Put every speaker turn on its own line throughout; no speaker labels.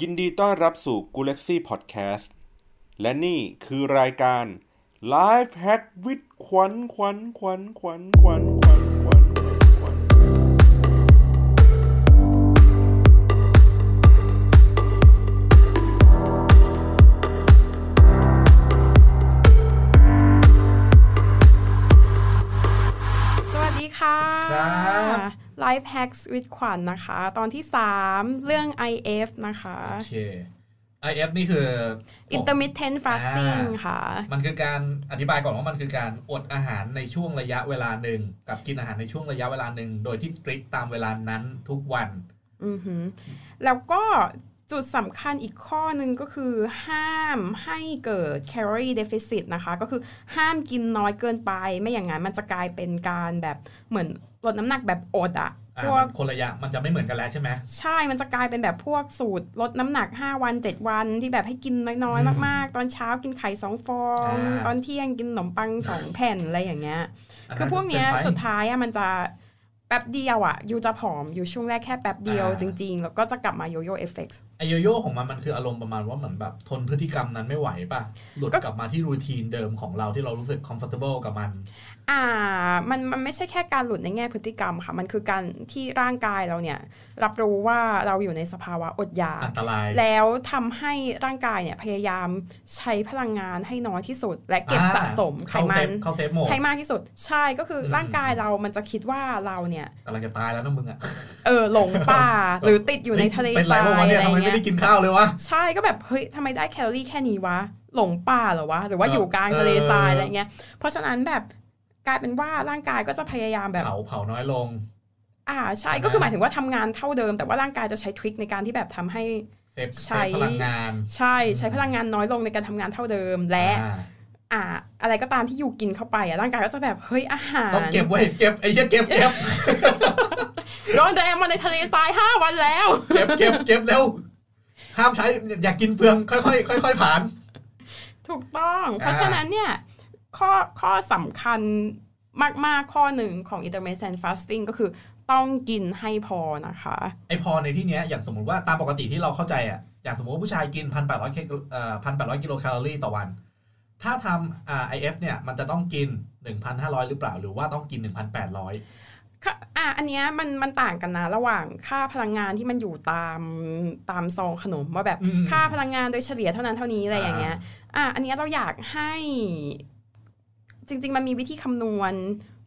ยินดีต้อนรับสู่ g u l a x y Podcast และนี่คือรายการ Life Hack with ขวัญขวัญขวัญขวัญขวัญขวัญขวัญขวัญ
สวัสดีค่ะ
ครับ
ไลฟ์แฮกส์วิดขวัญนะคะ ตอนที่ 3 เรื่อง IF นะคะ
โอเค IF นี่คือ
intermittent fasting ค่ะ
มันคือการอธิบายก่อนว่ามันคือการอดอาหารในช่วงระยะเวลาหนึ่ง กับกินอาหารในช่วงระยะเวลาหนึ่ง โดยที่สตริกตามเวลานั้นทุกวัน
อือหือแล้วก็จุดสำคัญอีกข้อหนึ่งก็คือห้ามให้เกิด calorie deficit นะคะ ก็คือห้ามกินน้อยเกินไป ไม่อย่างนั้นมันจะกลายเป็นการแบบเหมือนลดน้ำหนักแบบอดอะ
อ่า
พว
มั
ก
นคนระยะมันจะไม่เหมือนกันแล้วใช่ไหม
ใช่ มันจะกลายเป็นแบบพวกสูตรลดน้ำหนัก 5 วัน 7 วันที่แบบให้กินน้อย
อืม
ๆ มาก ๆ ตอนเช้ากินไข่สองฟอง
อ่า
ตอนเที่ยงกินขนมปังสองแผ่นอะไรอย่างเงี้ย
อั
คือพวกเนี้ย
กิไป
สุดท้ายอะมันจะแป๊บเดียวอะอยู่จะผอมอยู่ช่วงแรกแค่แป๊บเดียว
อ่า
จริง ๆ แล้วก็จะกลับมาโยโย่เอฟเฟกต์
ไอโยโย่ของมันมันคืออารมณ์ประมาณว่าเหมือนแบบทนพฤติกรรมนั้นไม่ไหวป่ะ หลุดกลับมาที่รูทีนเดิมของเราที่เรารู้สึก comfortable กับมัน
อ่ามันมันไม่ใช่แค่การหลุดในแง่พฤติกรรมค่ะ มันคือการที่ร่างกายเราเนี่ยรับรู้ว่าเราอยู่ในสภาวะอดอยาก
อันตราย
แล้วทำให้ร่างกายเนี่ยพยายามใช้พลังงานให้น้อยที่สุด และเก็บ
อ่า
สะสมไข
เข้า
มั
เซ
น
ฟเข้าเซฟโหมด
ให้มากที่สุด ใช่ก็คืออ
ม
ร่างกายเรามันจะคิดว่าเราเนี่ย
กำลังจะตายแล้วนะมึงอะ
เออหลงป่า หรือติดอยู่ในทะเล
เป็น
ทรายวอะ
ไระ
ไร
วันเนี่ยทำไมไม่
เงี้
ได้
ย
กินข้าวเลยวะ
ใช่ก็แบบเฮ้ยทำไมได้แคลอรี่แค่นี้วะ หลงป่าเหรอวะ หรือว่า
เออ
อ
อ
ยู่กลางทะเลทรายอะไรเงี้ยเพราะฉะนั้นแบบกลายเป็นว่าร่างกายก็จะพยายามแบบ
เผาเผาน้อยลง
อ่าใช่
ใช่ไหม
ก็คือหมายถึงว่าทำงานเท่าเดิม แต่ว่าร่างกายจะใช้ทริคในการที่แบบทำให้
เซฟเซ
ใช้
ฟพลังงาน
ใช่ใช้พลังงานน้อยลงในการทำงานเท่าเดิมและ
อ่า
อ่าอะไรก็ตามที่อยู่กินเข้าไปอ่ะร่างกายก็จะแบบเฮ้ยอาหาร
ต้องเก็บไว้เก็บไอ้เหี้ยเก็บเก็บ
ร้อนแรงมาในทะเลทรายห้าวันแล้ว
เก็บเก็บเก็บเร็วห้ามใช้อย่ากินเปลืองค่อยๆค่อยๆผ่าน
ถูกต้อง เพราะฉะนั้นเนี่ยข้อข้อสำคัญมาก ๆ ข้อหนึ่งของ intermittent fasting ก็คือต้องกินให้พอนะคะ
ไอพอในที่เนี้ยอย่างสมมติว่าตามปกติที่เราเข้าใจอ่ะอย่างสมมติว่าผู้ชายกินพันแปดร้อยเคเอ่อพันแปดร้อยกิโลแคลอรี่ต่อวัน ถ้าทำอ่าไอเอฟเนี่ย มันจะต้องกิน 1,500 หรือเปล่า หรือว่าต้องกิน 1,800
ค่ะอ่ะอันเนี้ยมันมันต่างกันนะ ระหว่างค่าพลังงานที่มันอยู่ตามตามซองขนมว่าแบบ
อืม
ค่าพลังงานโดยเฉลี่ยเท่านั้นเท่านี้อะไรอย่างเงี้ยอ่ะอันเนี้ยเราอยากให้จริง ๆ มันมีวิธีคำนวณ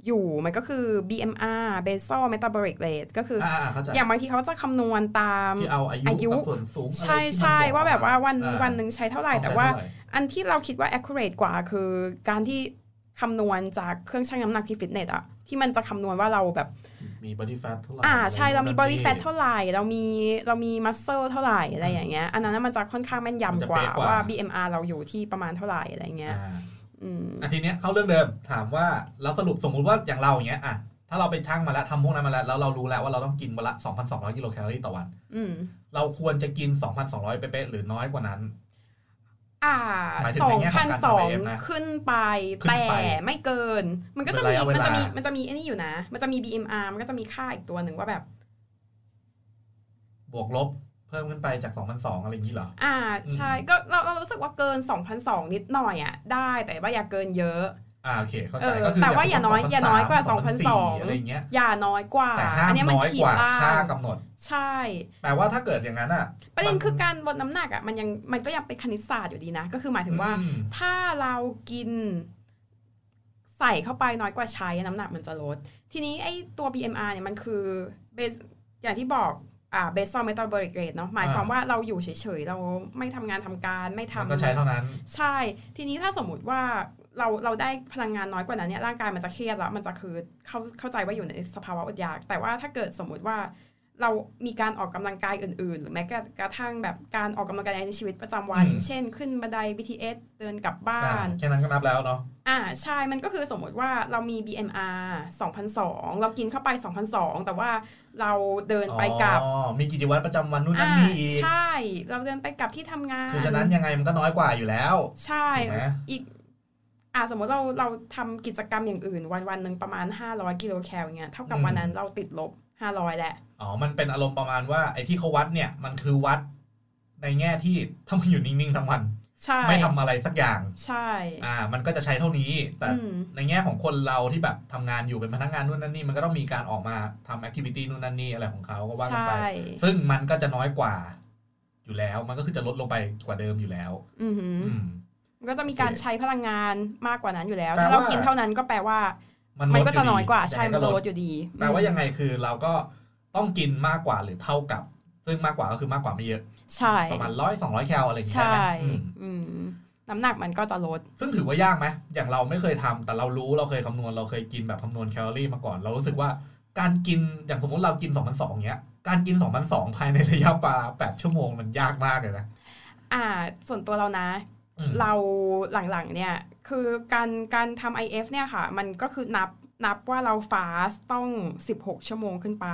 อยู่มันก็คือ BMR basal metabolic rate ก็คืออ
อ่าอ่าเข้าใจ
อย่างบางทีเขาจะคำนวณตาม
ที่เอาอายุ
อายุ
กับส่วนสูงอะไร
ใช่
ที่มัน
ใช่
บอก
ว่าแบบว่าวัน
อ่า
วันหนึ่งใช้เท่าไหร่แต่
ต้องใช้
ว่า
เท่ไหร่
อันที่เราคิดว่า accurate กว่าคือการที่คำนวณจากเครื่องชั่งน้ำหนักที่ฟิตเนสอะที่มันจะคำนวณว่าเราแบบ
มีบอดี้แฟทเท่าไหร่
อ่า
อะไร
ใช่เรามีบอดี้แฟท
นั่นนี่
เท่าไหร่ เรามีเรามีมัสเซลเท่าไหร่อะไรอย่างเงี้ยอันนั้นนะมันจะค่อนข้างแม่น
มันจะ
ยำกว่า
เป๊ะกว่า
ว่า BMR เราอยู่ที่ประมาณเท่าไหร่อะไรเงี้ย
อ่า
อืม
อ่ะทีเนี้ยเข้าเรื่องเดิมถามว่าแล้วสรุปสมมุติว่าอย่างเราอย่างเงี้ยอ่ะถ้าเราไปชั่งมาแล้วทำพวกนั้นมาแล้วแล้วเรารู้แล้วว่าเราต้องกินวันละ 2,200 กิโลแคลอรี่ต่อวัน
อืม
เราควรจะกิน 2,200 เป๊ะๆหรือน้อยกว่านั้น
อ่า
หมายถึ
ส
ง
อ
ใน
ง
แง่ข
พั
อน งการ
สอ
ทำ
ง
IF นะ
ขึ้นไป
ขึ้น
แต่
ไป
ไม่เกิน มันก็จะ
เป็น
มี
ระยะเว
มัน
ลา
จะ
มั
มีมันจะมีไอ้นี่อยู่นะ มันจะมี BMR มันก็จะมีค่าอีกตัวหนึ่งว่าแบบ
บวกลบเพิ่มขึ้นไปจาก 2,200 อะไรอย่างนี้เหรอ
อ่าใช่ก็เราเรารู้สึกว่าเกิน2 0 0 นิดหน่อยอ่ะได้แต่ว่าอย่าเกินเยอะ
อ่าโอเคเข้า
เอ
ใจ
อ
ก็คือ
แต่ว่าอย่าน้อย
2,300
อย่าน้อยกว่า2,200
2,400อะไรอย่างเงี้ย
อย่าน้อยกว่า
แต่ห้าม
อันเนี้ยมัน
น้อย
ขี
ก
ด
ว่า
ล่า
ค่าง กำหนด
ใช่
แปลว่าถ้าเกิดอย่างนั้นอ่ะ
ประเด็น
มั
คือการลดน้ำหนักอ่ะมันยังมันก็ยังเป็นคณิตศาสตร์อยู่ดีนะ ก็คือหมายถึงว่า
อืม
ถ้าเรากินใส่เข้าไปน้อยกว่าใช้น้ำหนักมันจะลด ทีนี้ไอ้ตัว BMR เนี่ยมันคือ base อย่างที่บอกอ่า basal metabolic rate เนาะหมายความว่าเราอยู่เฉยๆ เราไม่ทำงานทำการไม่
มัน
ทำ
ก็ใช้เท่านั้น
ใช่ ทีนี้ถ้าสมมุติว่าเราเราได้พลังงานน้อยกว่านั้นเนี่ยร่างกายมันจะเครียดแล้ว มันจะคือเข้าเข้าใจว่าอยู่ในสภาวะอดอยาก แต่ว่าถ้าเกิดสมมุติว่า เรามีการออกกำลังกายอื่น ๆ หรือแม้กระทั่งแบบการออกกำลังกายในชีวิตประจำวัน
อืม
เช่นขึ้นบันได BTS เดินกลับบ้า
อ่าน แค่นั้นก็นับแล้วเนาะ
อ่าใช่ มันก็คือสมมติว่าเรามี BMR 2002 เรากินเข้าไป 2002 แต่ว่าเราเดินไปกลับ
อ๋อมีกิจวัตรประจำวันนู่นนั่นนี่อีก
ใช่ เราเดินไปกลับที่ทำงาน
คือฉะนั้นยังไงมันก็น้อยกว่าอยู่แล้ว
ใช่
ถูกไหม
อีก อ่าสมมติเราเราทำกิจกรรมอย่างอื่น วันวันหนึ่งประมาณ 500 กิโลแคลเงี้ย เท่ากับ
อืม
วันนั้นเราติดลบ 500แหละ
อ๋อ มันเป็นอารมณ์ประมาณว่าไอ้ที่เขาวัดเนี่ย มันคือวัด ในแง่ ที่ถ้ามันอยู่นิ่งๆทั้งวัน
ใช่
ไม่ทำอะไรสักอย่าง
ใช่
อ่า มันก็จะใช้เท่านี้ แต่
อืม
ในแง่ของคนเราที่แบบทำงานอยู่เป็นพนักงานนู่นนั่นนี่มันก็ต้องมีการออกมาทำแอคทิวิตี้นู่นนั่นนี่อะไรของเขาก็ว่ากัน
ใช่
ไป ซึ่งมันก็จะน้อยกว่า อยู่แล้วมันก็คือจะลดลงไปกว่าเดิมอยู่แล้ว
อือหืออ
อืม
มันก็จะมีการใช้พลังงานมากกว่านั้นอยู่แล้ว
แปลว่า
ถ้าเรากินเท่านั้นก็แปลว่า
มัน
มัน
ลด
ก็จะน้อยกว่า
ดี
ใช่
งไง
มันจะลด
ด
อยู่ดี
แปลว่ายังไงคือเราก็ต้องกินมากกว่าหรือเท่ากับ ซึ่งมากกว่าก็คือมากกว่าไม่เยอะ
ใช่
ประมาณร้อยสองร้อยแคลอะไรอย่างเงี้ย
ใช่
ได้ไหมอืม
อืมน้ำหนักมันก็จะลด
ซึ่งถือว่ายากไหม อย่างเราไม่เคยทำ แต่เรารู้เราเคยคำนวณเราเคยกินแบบคำนวณแคลอรี่มาก่อน เรารู้สึกว่าการกินอย่างสมมติเรากิน2 0 0 เงี้ย การกิน2 0 0 ภายในระยะเวลา8ชั่วโมงมันยากมากเลยนะ
อ่า ส่วนตัวเรานะ
อืม
เราหลังๆเนี่ยคือการการทำ IF เนี่ยค่ะ มันก็คือนับนับว่าเราฟาสต้อง 16 ชั่วโมงขึ้นไป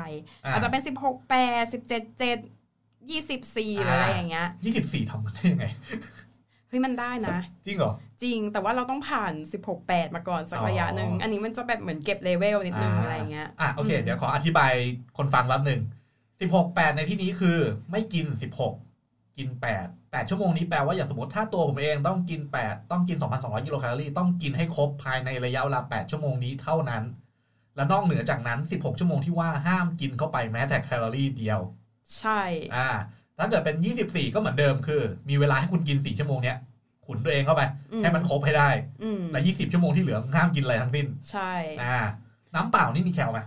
อ่า
อาจจะเป็น 16 8 17 7 24หรืออะไร
อ่า
อย่างเงี้ย
24ทำมันได้ยังไง
เฮ้ยมันได้นะ
จริงเหรอ
จริงแต่ว่าเราต้องผ่าน 16 8 มาก่อนสักระยะหนึ่ง
อ๋ออั
อันนี้มันจะแบบเหมือนเก็บเลเวลนิดนึงอะไรอย่างเงี้ย
อ่ะโอเค
อืม
เดี๋ยวขออธิบายคนฟังรับหนึ่ง16 8 ในที่นี้คือไม่กิน 16 กิน 8 8 ชั่วโมงนี้แปลว่าอย่างสมมติถ้าตัวผมเองต้องกิน 8 ต้องกิน 2,200 กิโลแคลอรี่ต้องกินให้ครบภายในระยะเวลา 8 ชั่วโมงนี้เท่านั้น และนอกเหนือจากนั้น 16 ชั่วโมงที่ว่าห้ามกินเข้าไปแม้แต่แคลอรี่เดียว
ใช่
อ่า ถ้าเกิดเป็น 24 ก็เหมือนเดิมคือ มีเวลาให้คุณกิน 4 ชั่วโมงเนี้ยขุนตัวเองเข้าไป
อื
ให้มันครบให้ได้
อืม
และ20 ชั่วโมงที่เหลือห้ามกินอะไรทั้งสิ้น
ใช่
อ่าน้ำเปล่านี่มีแคลไหม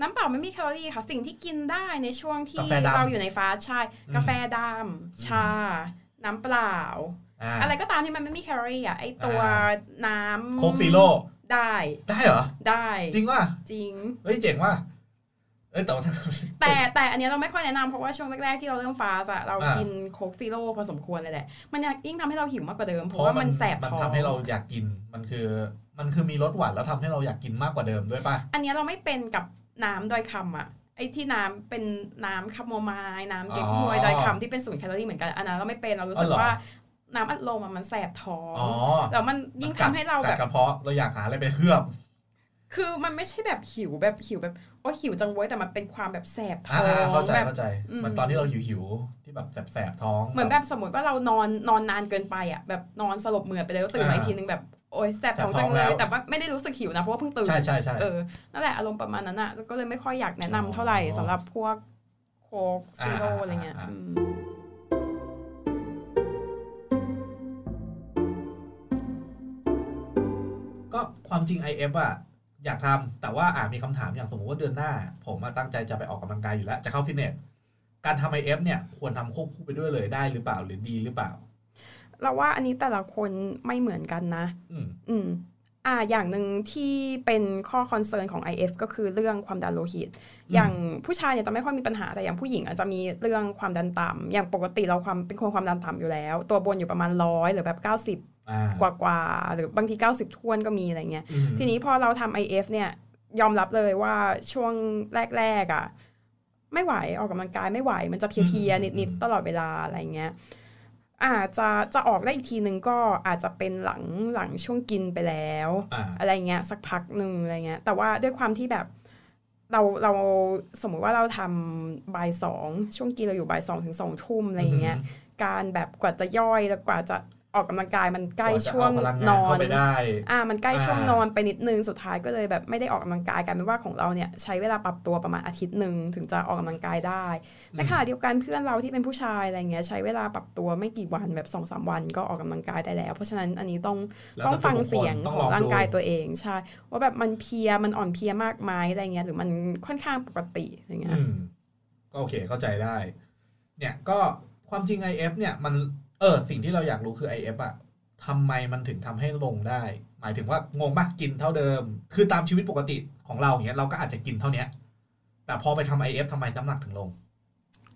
น้ำเปล่าไม่มีแคลอรี่ค่ะ สิ่งที่กินได้ในช่วงที่
กาแฟดำ
เราอยู่ในฟาสต์ใช่
อืม
กาแฟดำชา น้ำเปล่า
อ่า
อะไรก็ตามที่มันไม่มีแคลอรี่อ่ะไอตัว
อ่า
น้ำ
โคกซีโร่
ได้
ได้เหรอ
ได้
จริงว่ะ
จริง
เฮ้ยเจ๋งว่ะเอ้ยแต่ว่า
แต่แต่อันเนี้ยเราไม่ค่อยแนะนำเพราะว่าช่วงแรกๆที่เราเริ่มฟาสต์อะเรา
อ่ากิ
กินโคกซีโร่พอสมควรเลยแหละ มันยิ่งทำให้เราหิวมากกว่าเดิม เพ
เพ
ราะว่ามันแสบ
มัน
ท้อง
ทำให้เราอยากกินมันคือ มันคือมีรสหวานแล้วทำให้เราอยากกินมากกว่าเดิมด้วยป่ะ
อันเนี้ยเราไม่เป็นกับน้ำดอยคำอะไอ้ที่น้ำเป็นน้ำคาโมไมล์น้ำเก๊กฮวย
อ๋อ
ดอยคำที่เป็นศูนย์แคลอรี่เหมือนกันอันนั้นเราไม่เป็นเรารู้สึก
อ๋อเหรอ
ว่าน้ำอัดลมอะมันแสบท้อง
อ๋อ
แล้วมันยิ่งทำให้เรา
กั
แบ
ด
บ
กระเพาะเราอยากหาอะไรไปเคลือบ
คือมันไม่ใช่แบบหิวแบบหิวแบบโอ้หิวจังเว้ยแต่มันเป็นความแบบแสบท้
อ่า
อง
ๆเข้าใจ
แบบ
เข้าใจ
อืม
มันตอนที่เราหิวหิวๆที่แบบแสบๆท้อง
เหมือนแบบสมมติว่าเรานอนนอนนานเกินไปอ่ะแบบนอนสลบเหมือดไปเลยแล้วตื่นมาอีกทีนึงแบบโอ๊ยแสบท้องจังเลย แต่ว่าไม่ได้รู้สึกหิวนะเพราะว่าเพิ่งตื่น
ใช่ใช่ใช่
เออนั่นแหละอารมณ์ประมาณนั้นอ่ะก็เลยไม่ค่อยอยากแนะนำเท่าไหร่
อ๋อ
สำหรับพวกโคกซีโร่
อ่า
อะไรเงี้ย
อ่า
อืม
ก็ความจริง IF อ่ะอยากทำแต่ว่าอ่ามีคำถามอย่างสมมติว่าเดือนหน้า ผมอะตั้งใจจะไปออกกำลังกายอยู่แล้ว จะเข้าฟิตเนสการทำ IF เนี่ยควรทำควบคู่ไปด้วยเลยได้หรือเปล่าหรือดีหรือเปล่า
เราว่าอันนี้แต่ละคนไม่เหมือนกันนะ
อืม
อืมอ่าอย่างหนึ่งที่เป็นข้อคอนเซิร์นของ IF ก็คือเรื่องความดันโลหิต
ม
อย่างผู้ชายเนี่ยจะไม่ค่อยมีปัญหาแต่อย่างผู้หญิงอาจจะมีเรื่องความดันต่ำอย่างปกติเราความเป็นคนความดันต่ำอยู่แล้ว ตัวบนอยู่ประมาณร้อยหรือแบบ
อ่า
90 กว่ากว่าๆหรือบางที 90ท้วนก็มีอะไรเงี้ย
อืม
ทีนี้พอเราทำ IF เนี่ยยอมรับเลยว่าช่วงแรก ๆอะ่ะไม่ไหวออกกำลังกายไม่ไหวมันจะเพลีย
อืม
ๆ
อืม
นิด
อืม
ๆตลอดเวลาอะไรเงี้ยอาจจะจะออกได้อีกทีนึงก็อาจจะเป็นหลังหลังช่วงกินไปแล้ว
อ่า
อะไรเงี้ยสักพักหนึ่งอะไรเงี้ยแต่ว่าด้วยความที่แบบเราเราสมมุติว่าเราทำบ่ายสองช่วงกินเราอยู่บ่ายสองถึงสองทุ่มอะไรเงี้ยการแบบกว่าจะย่อยแล้วกว่าจะออกกำลังกายมันใกล้ช่วง
กาจะเอาพลัง
น
งาน
อ
เข้าน ไปได้
อ่ามันใกล้ช่วง
อ่าน น
อนไปนิดนึงสุดท้ายก็เลยแบบไม่ได้ออกกำลังกายกลายเป็นว่าของเราเนี่ยใช้เวลาปรับตัวประมาณอาทิตย์หนึ่งถึงจะออกกำลังกายได้ในขณะเดียวกันเพื่อนเราที่เป็นผู้ชายอะไรเงี้ยใช้เวลาปรับตัวไม่กี่วันแบบสองสามวันก็ออกกำลังกายได้แล้ว เพราะฉะนั้นอันนี้ต้อง
แล้ว
ต้อง
แต่
ฟัง
บุคคล
เสียง
ต้อ
ของ
ล
ร่าง
ดู
กายตัวเองใช่ว่าแบบมันเพลียมันอ่อนเพลียมากไหมอะไรเงี้ยหรือมันค่อนข้างปกติอะไรเงี้ย
อืมก็โอเคเข้าใจได้ เนี่ยก็ความจริง IF เนี่ยมันเออสิ่งที่เราอยากรู้คือ IF อะทำไมมันถึงทำให้ลงได้ หมายถึงว่างงปะกินเท่าเดิม คือตามชีวิตปกติของเราอย่างเงี้ยเราก็อาจจะกินเท่าเนี้ย แต่พอไปทำ IF ทำไมน้ำหนักถึงลง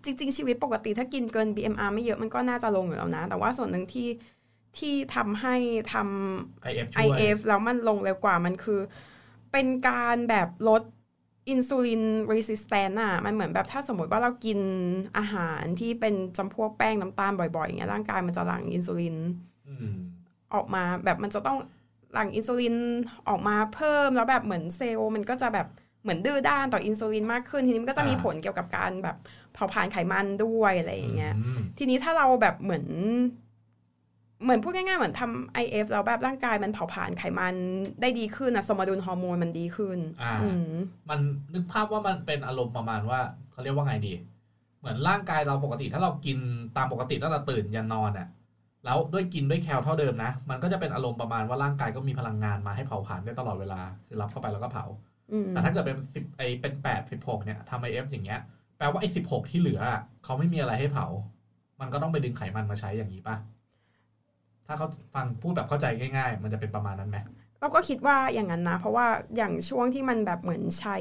จริง ๆ ชีวิตปกติถ้ากินเกิน BMR ไม่เยอะมันก็น่าจะลงอยู่แล้วนะ แต่ว่าส่วนหนึ่งที่ที่ทำให้ทำ
IF ช่วย
IF แล้วมันลงเร็วกว่ามันคือ เป็นการแบบลดอินซูลินรีสิสแตนอะมันเหมือนแบบถ้าสมมติว่าเรากินอาหารที่เป็นจำพวกแป้งน้ำตาลบ่อยๆอย่างเงี้ยร่างกายมันจะหลั่งอินซูลิน
อืม
ออกมาแบบมันจะต้องหลั่งอินซูลินออกมาเพิ่มแล้วแบบเหมือนเซลล์มันก็จะแบบ เหมือนดื้อด้านต่ออินซูลินมากขึ้น ทีนี้มันก็จะมี
อ่า
ผลเกี่ยวกับการแบบเผาผลาญไขมันด้วยอะไรอย่างเงี้ย
อืม
ทีนี้ถ้าเราแบบเหมือน เหมือนพูดง่ายๆเหมือนทำ IF แล้วแบบร่างกายมันเผาผลาญไขมันได้ดีขึ้นนะสมดุลฮอร์โมนมันดีขึ้น
อ่า
อืม
มันนึกภาพว่ามันเป็นอารมณ์ประมาณว่าเขาเรียกว่าไงดี เหมือนร่างกายเราปกติถ้าเรากินตามปกติตั้งแต่ตื่นยันนอนอะ่ะแล้วด้วยกินด้วยแคลเท่าเดิมนะ มันก็จะเป็นอารมณ์ประมาณว่าร่างกายก็มีพลังงานมาให้เผาผลาญได้ตลอดเวลาคือรับเข้าไปแล้วก็เผา
อืม
แต่ถ้าเกิดเป็นสิบไอเป็นแปดสิบหกเนี่ยทำไอเอฟอย่างเงี้ยแปลว่าไอสิบหกที่เหลืออะเขาไม่มีอะไรให้เผา มันก็ต้องไปดึงไขมันมาใช้อย่างนี้ปะถ้าเขาฟังพูดแบบเข้าใจง่ายๆ มันจะเป็นประมาณนั้นไหม
เราก็คิดว่าอย่างนั้นนะ เพราะว่าอย่างช่วงที่มันแบบเหมือนใช้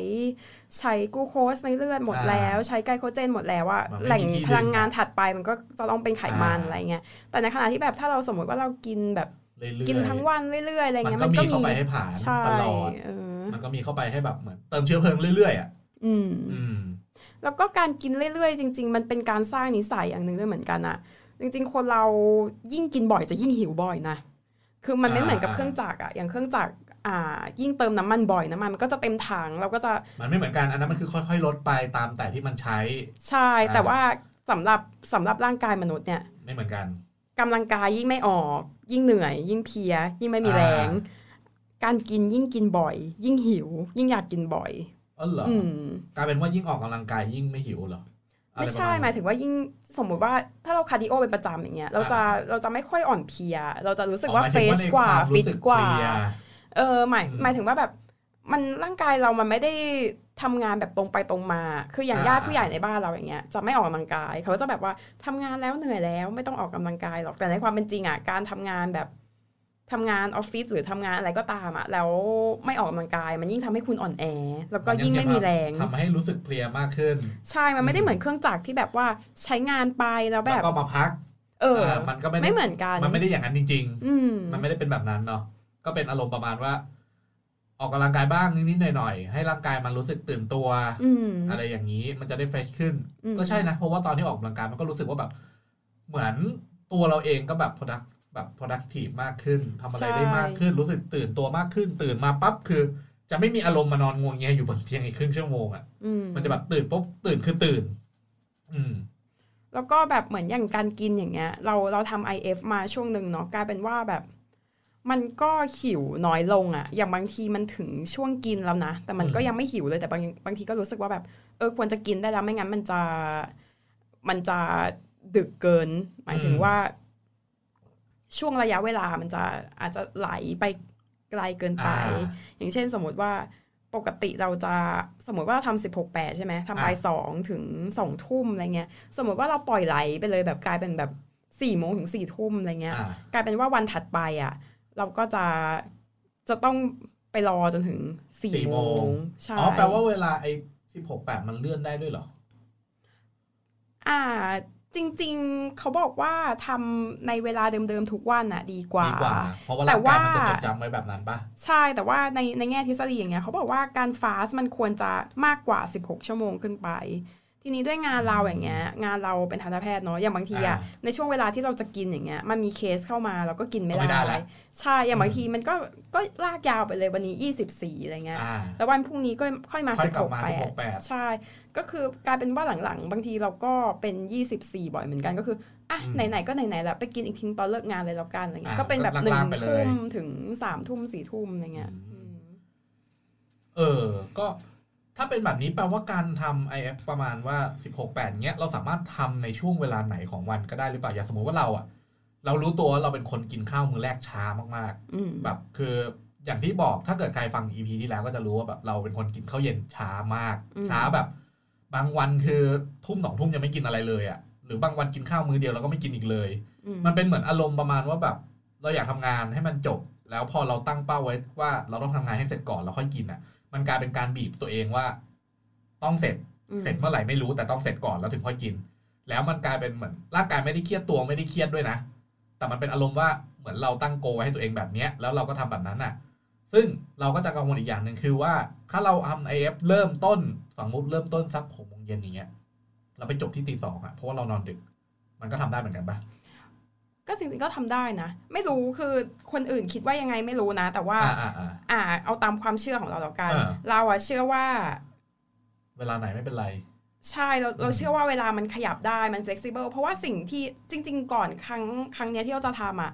ใช้กลูโคสในเลือดหมดแล้ว ใช้ไกลโคเจนหมดแล้วว่าแหล่งพลังงานถัดไปมันก็จะต้องเป็นไขมันอะไรเงี้ยแต่ในขณะที่แบบถ้าเราสมมติว่าเรากินแบบ
เรื่อยๆ
กินทั้งวันเรื่อยๆอะไรเงี้ย
มั
มัน น
ก็
ก็
มีเข้า
มี
ไปให้ผ่าน
ใช่
ตลอด
เออ
มันก็มีเข้าไปให้แบบเหมือนเติมเชื้อเพลิงเรื่อยๆอ่ะ
อืม
อืม
แล้วก็การกินเรื่อยๆ จริง ๆ มันเป็นการสร้างนิสัยอย่างหนึ่งด้วยเหมือนกันอะจริง ๆ คนเรายิ่งกินบ่อยจะยิ่งหิวบ่อยนะ คือมันไม่
อ่า
เหมือนกับเครื่องจักรอะอย่างเครื่องจักรอ่า ยิ่งเติมน้ำมันบ่อยน้ำมันมันก็จะเต็มถังเราก็จะ
มันไม่เหมือนกัน อันนั้นมันคือค่อยๆ ลดไปตามแต่ที่มันใช้
ใช่
อ่า
แต่ว่าสำหรับสำหรับร่างกายมนุษย์เนี่ย
ไม่เหมือนกัน
กำลังกายยิ่งไม่ออก ยิ่งเหนื่อย ยิ่งเพลีย ยิ่งไม่มีแรง การกินยิ่งกินบ่อย ยิ่งหิว ยิ่งอยากกินบ่อย
อ๋อเหรอ
อืม
กลายเป็นว่ายิ่งออกกำลังกายยิ่งไม่หิวเหรออะร
ไม่
ประาณ
ใช่หมายถึงว่ายิ่งสมมุติว่าถ้าเราคาร์ดิโอเป็นประจำอย่างเงี้ยเราจะเราจะไม่ค่อยอ่อนเพลีย เราจะรู้สึกว่า
อ๋อหมย
เฟ
ถึง
รชกว่า
ในคม
ฟิ
รู้
ต
สึ
กว่า
เพลีย
เออหมาย
อืม
หมายถึงว่าแบบมันร่างกายเรามันไม่ได้ทำงานแบบตรงไปตรงมา คืออย่าง
อ่า
ญาติผู้ใหญ่ในบ้านเราอย่างเงี้ยจะไม่ออกกำลังกายเขาจะแบบว่าทำงานแล้วเหนื่อยแล้วไม่ต้องออกกำลังกายหรอกแต่ในความเป็นจริงอ่ะการทำงานแบบทำงานออฟฟิศหรือทำงานอะไรก็ตามอ่ะแล้วไม่ออกกำลังกาย มันยิ่งทำให้คุณอ่อนแอ แล้วก็
น
ยิ่งไม่มีแรง
ทำให้รู้สึกเพลียมากขึ้น
ใช่ มันไม่ได้เหมือนเครื่องจักรที่แบบว่าใช้งานไปแล้วแบ
แล้ว
บ
ก็มาพัก
เออ
ามันก็ไม่
ไม่
ได้
เหมือนกัน
มันไม่ได้อย่างนั้นจริง
อืม
ๆ มันไม่ได้เป็นแบบนั้นเนาะ ก็เป็นอารมณ์ประมาณว่า ออกกำลังกายบ้างนิดๆหน่อยๆ ให้ร่างกายมันรู้สึกตื่นตัว
อืม
อะไรอย่างนี้มันจะได้เฟรชขึ้น
อืม
ก็ใช่นะ เพราะว่าตอนที่ออกกำลังกายมันก็รู้สึกว่าแบบ เหมือนตัวเราเองก็แบบ product แบบ productive มากขึ้นทำอะไรได้มากขึ้น รู้สึกตื่นตัวมากขึ้น ตื่นมาปั๊บคือ จะไม่มีอารมณ์มานอนงวงเงียอยู่บนเตียงอีกครึ่งชั่วโมงอ่ะ
อื
มันจะแบบตื่นปุ๊บตื่นคือตื่น อืม
แล้วก็แบบเหมือนอย่างการกินอย่างเงี้ย เราเราทำ IF มาช่วงหนึ่งเนาะกลายเป็นว่าแบบ มันก็หิวน้อยลงอะอย่างบางทีมันถึงช่วงกินแล้วนะ แต่มันก็
อืม
ยังไม่หิวเลยแต่บางบางทีก็รู้สึกว่าแบบเออควรจะกินได้แล้วไม่งั้นมันจะมันจะดึกเกิน หมายถึงว่า ช่วงระยะเวลามันจะอาจจะไหลไปไกลเกินไป
อ่า
อย่างเช่นสมมติว่าปกติเราจะสมมติว่าเราทำสิบหกแปดใช่ไหมทำไป
อ่ะ
สองถึงสองทุ่มอะไรเงี้ยสมมติว่าเราปล่อยไหลไปเลยแบบกลายเป็นแบบสี่โมงถึงสี่ทุ่มอะไรเงี้ย
อ่าก
ลายเป็นว่าวันถัดไปอ่ะเราก็จะจะต้องไปรอจนถึงสี่โมงใช่
อ๋อแปลว่าเวลาไอ้สิบหกแปดมันเลื่อนได้ด้วยเหรอ
อ่าจริงๆเขาบอกว่าทำในเวลาเดิมๆทุกวันน่ะดีกว่า
ดีกว่า เพราะว่า
แต่
ร่างกา
ว่า
ยมันจะจดจำไว้แบบนั้นปะ
ใช่แต่ว่าในในแง่ทฤษฎีอย่างเงี้ยเขาบอกว่าการฟาสต์มันควรจะมากกว่า 16 ชั่วโมงขึ้นไป ทีนี้ด้วยงานเราอย่างเงี้ยงานเราเป็นทันตแพทย์เนาะอย่างบางที
อ่า
อะในช่วงเวลาที่เราจะกินอย่างเงี้ยมันมีเคสเข้ามาเราก็กินไม่
ก็ไม่ได้
ได้
ละ
ใช่อย่างบางทีมันก็ก็ลากยาวไปเลยวันนี้ 24อะไรเงี้ย
อ่า
แล้ววันพรุ่งนี้ก็ค่อยมา
ค่อยกลับ
16
มา
ไป
สิบหกแปด
ใช่ ก็คือกลายเป็นว่าหลังๆ บางทีเราก็เป็น 24 บ่อยเหมือนกันก็คืออ่ะ
อืม
ไหนๆก็ไหนๆแล้วไปกินอีกทีตอนเลิกงานเลยแล้วกันอะไรเงี้ย
อ่า
ก็เป็นแบบ
ก็
หนึ่
ลาก
ง
ๆไปเลย
ทุ่มถึงสามทุ่มสี่ทุ่มอะไรเงี้ย
อืม
อืม
เออ ก็ถ้าเป็นแบบนี้แปลว่าการทำ IF ประมาณว่า 16 8เงี้ย เราสามารถทำในช่วงเวลาไหนของวันก็ได้หรือเปล่า อย่างสมมติว่าเราอะเรารู้ตัวว่าเราเป็นคนกินข้าวมื้อแรกช้ามาก
อืม
ๆ แบบคืออย่างที่บอกถ้าเกิดใครฟัง EP ที่แล้วก็จะรู้ว่าแบบเราเป็นคนกินข้าวเย็นช้ามาก ช้าแบบ บางวันคือทุ่มสองทุ่มยังไม่กินอะไรเลยอะหรือบางวันกินข้าวมื้อเดียวแล้วก็ไม่กินอีกเลย
อืม
มันเป็นเหมือนอารมณ์ประมาณว่าแบบ เราอยากทำงานให้มันจบ แล้วพอเราตั้งเป้าไว้ว่าเราต้องทำงานให้เสร็จก่อนแล้วค่อยกินอ่ะ มันกลายเป็นการบีบตัวเองว่า ต้องเสร็จ
อืม
เสร็จเมื่อไหร่ไม่รู้แต่ต้องเสร็จก่อนแล้วถึงค่อยกิน แล้วมันกลายเป็นเหมือนร่างกายไม่ได้เครียดตัวไม่ได้เครียดด้วยนะ แต่มันเป็นอารมณ์ว่าเหมือนเราตั้งโกลไว้ให้ตัวเองแบบเนี้ยแล้วเราก็ทำแบบนั้นน่ะ ซึ่งเราก็จะกังวลอีกอย่างหนึ่งคือว่า ถ้าเราทำไอเอฟเริ่มต้นสมมติเริ่มต้นสักหกโมงเย็นอย่างเงี้ยเราไปจบที่ตีสองอ่ะเพราะว่าเรานอนดึก มันก็ทำได้เหมือนกันปะ
ก็จริงๆก็ทำได้นะ ไม่รู้คือคนอื่นคิดว่ายังไงไม่รู้นะ แต่ว่า
อ่าอ่าอ่า
อ่า เอาตามความเชื่อของเราแล้วกัน
อ่า
เราอะเชื่อว่า
เวลาไหนไม่เป็นไร
ใช่เราเราเชื่อว่าเวลามันขยับได้มัน flexible เพราะว่าสิ่งที่จริง ๆ ก่อนครั้งครั้งเนี้ยที่เราจะทำอ่ะ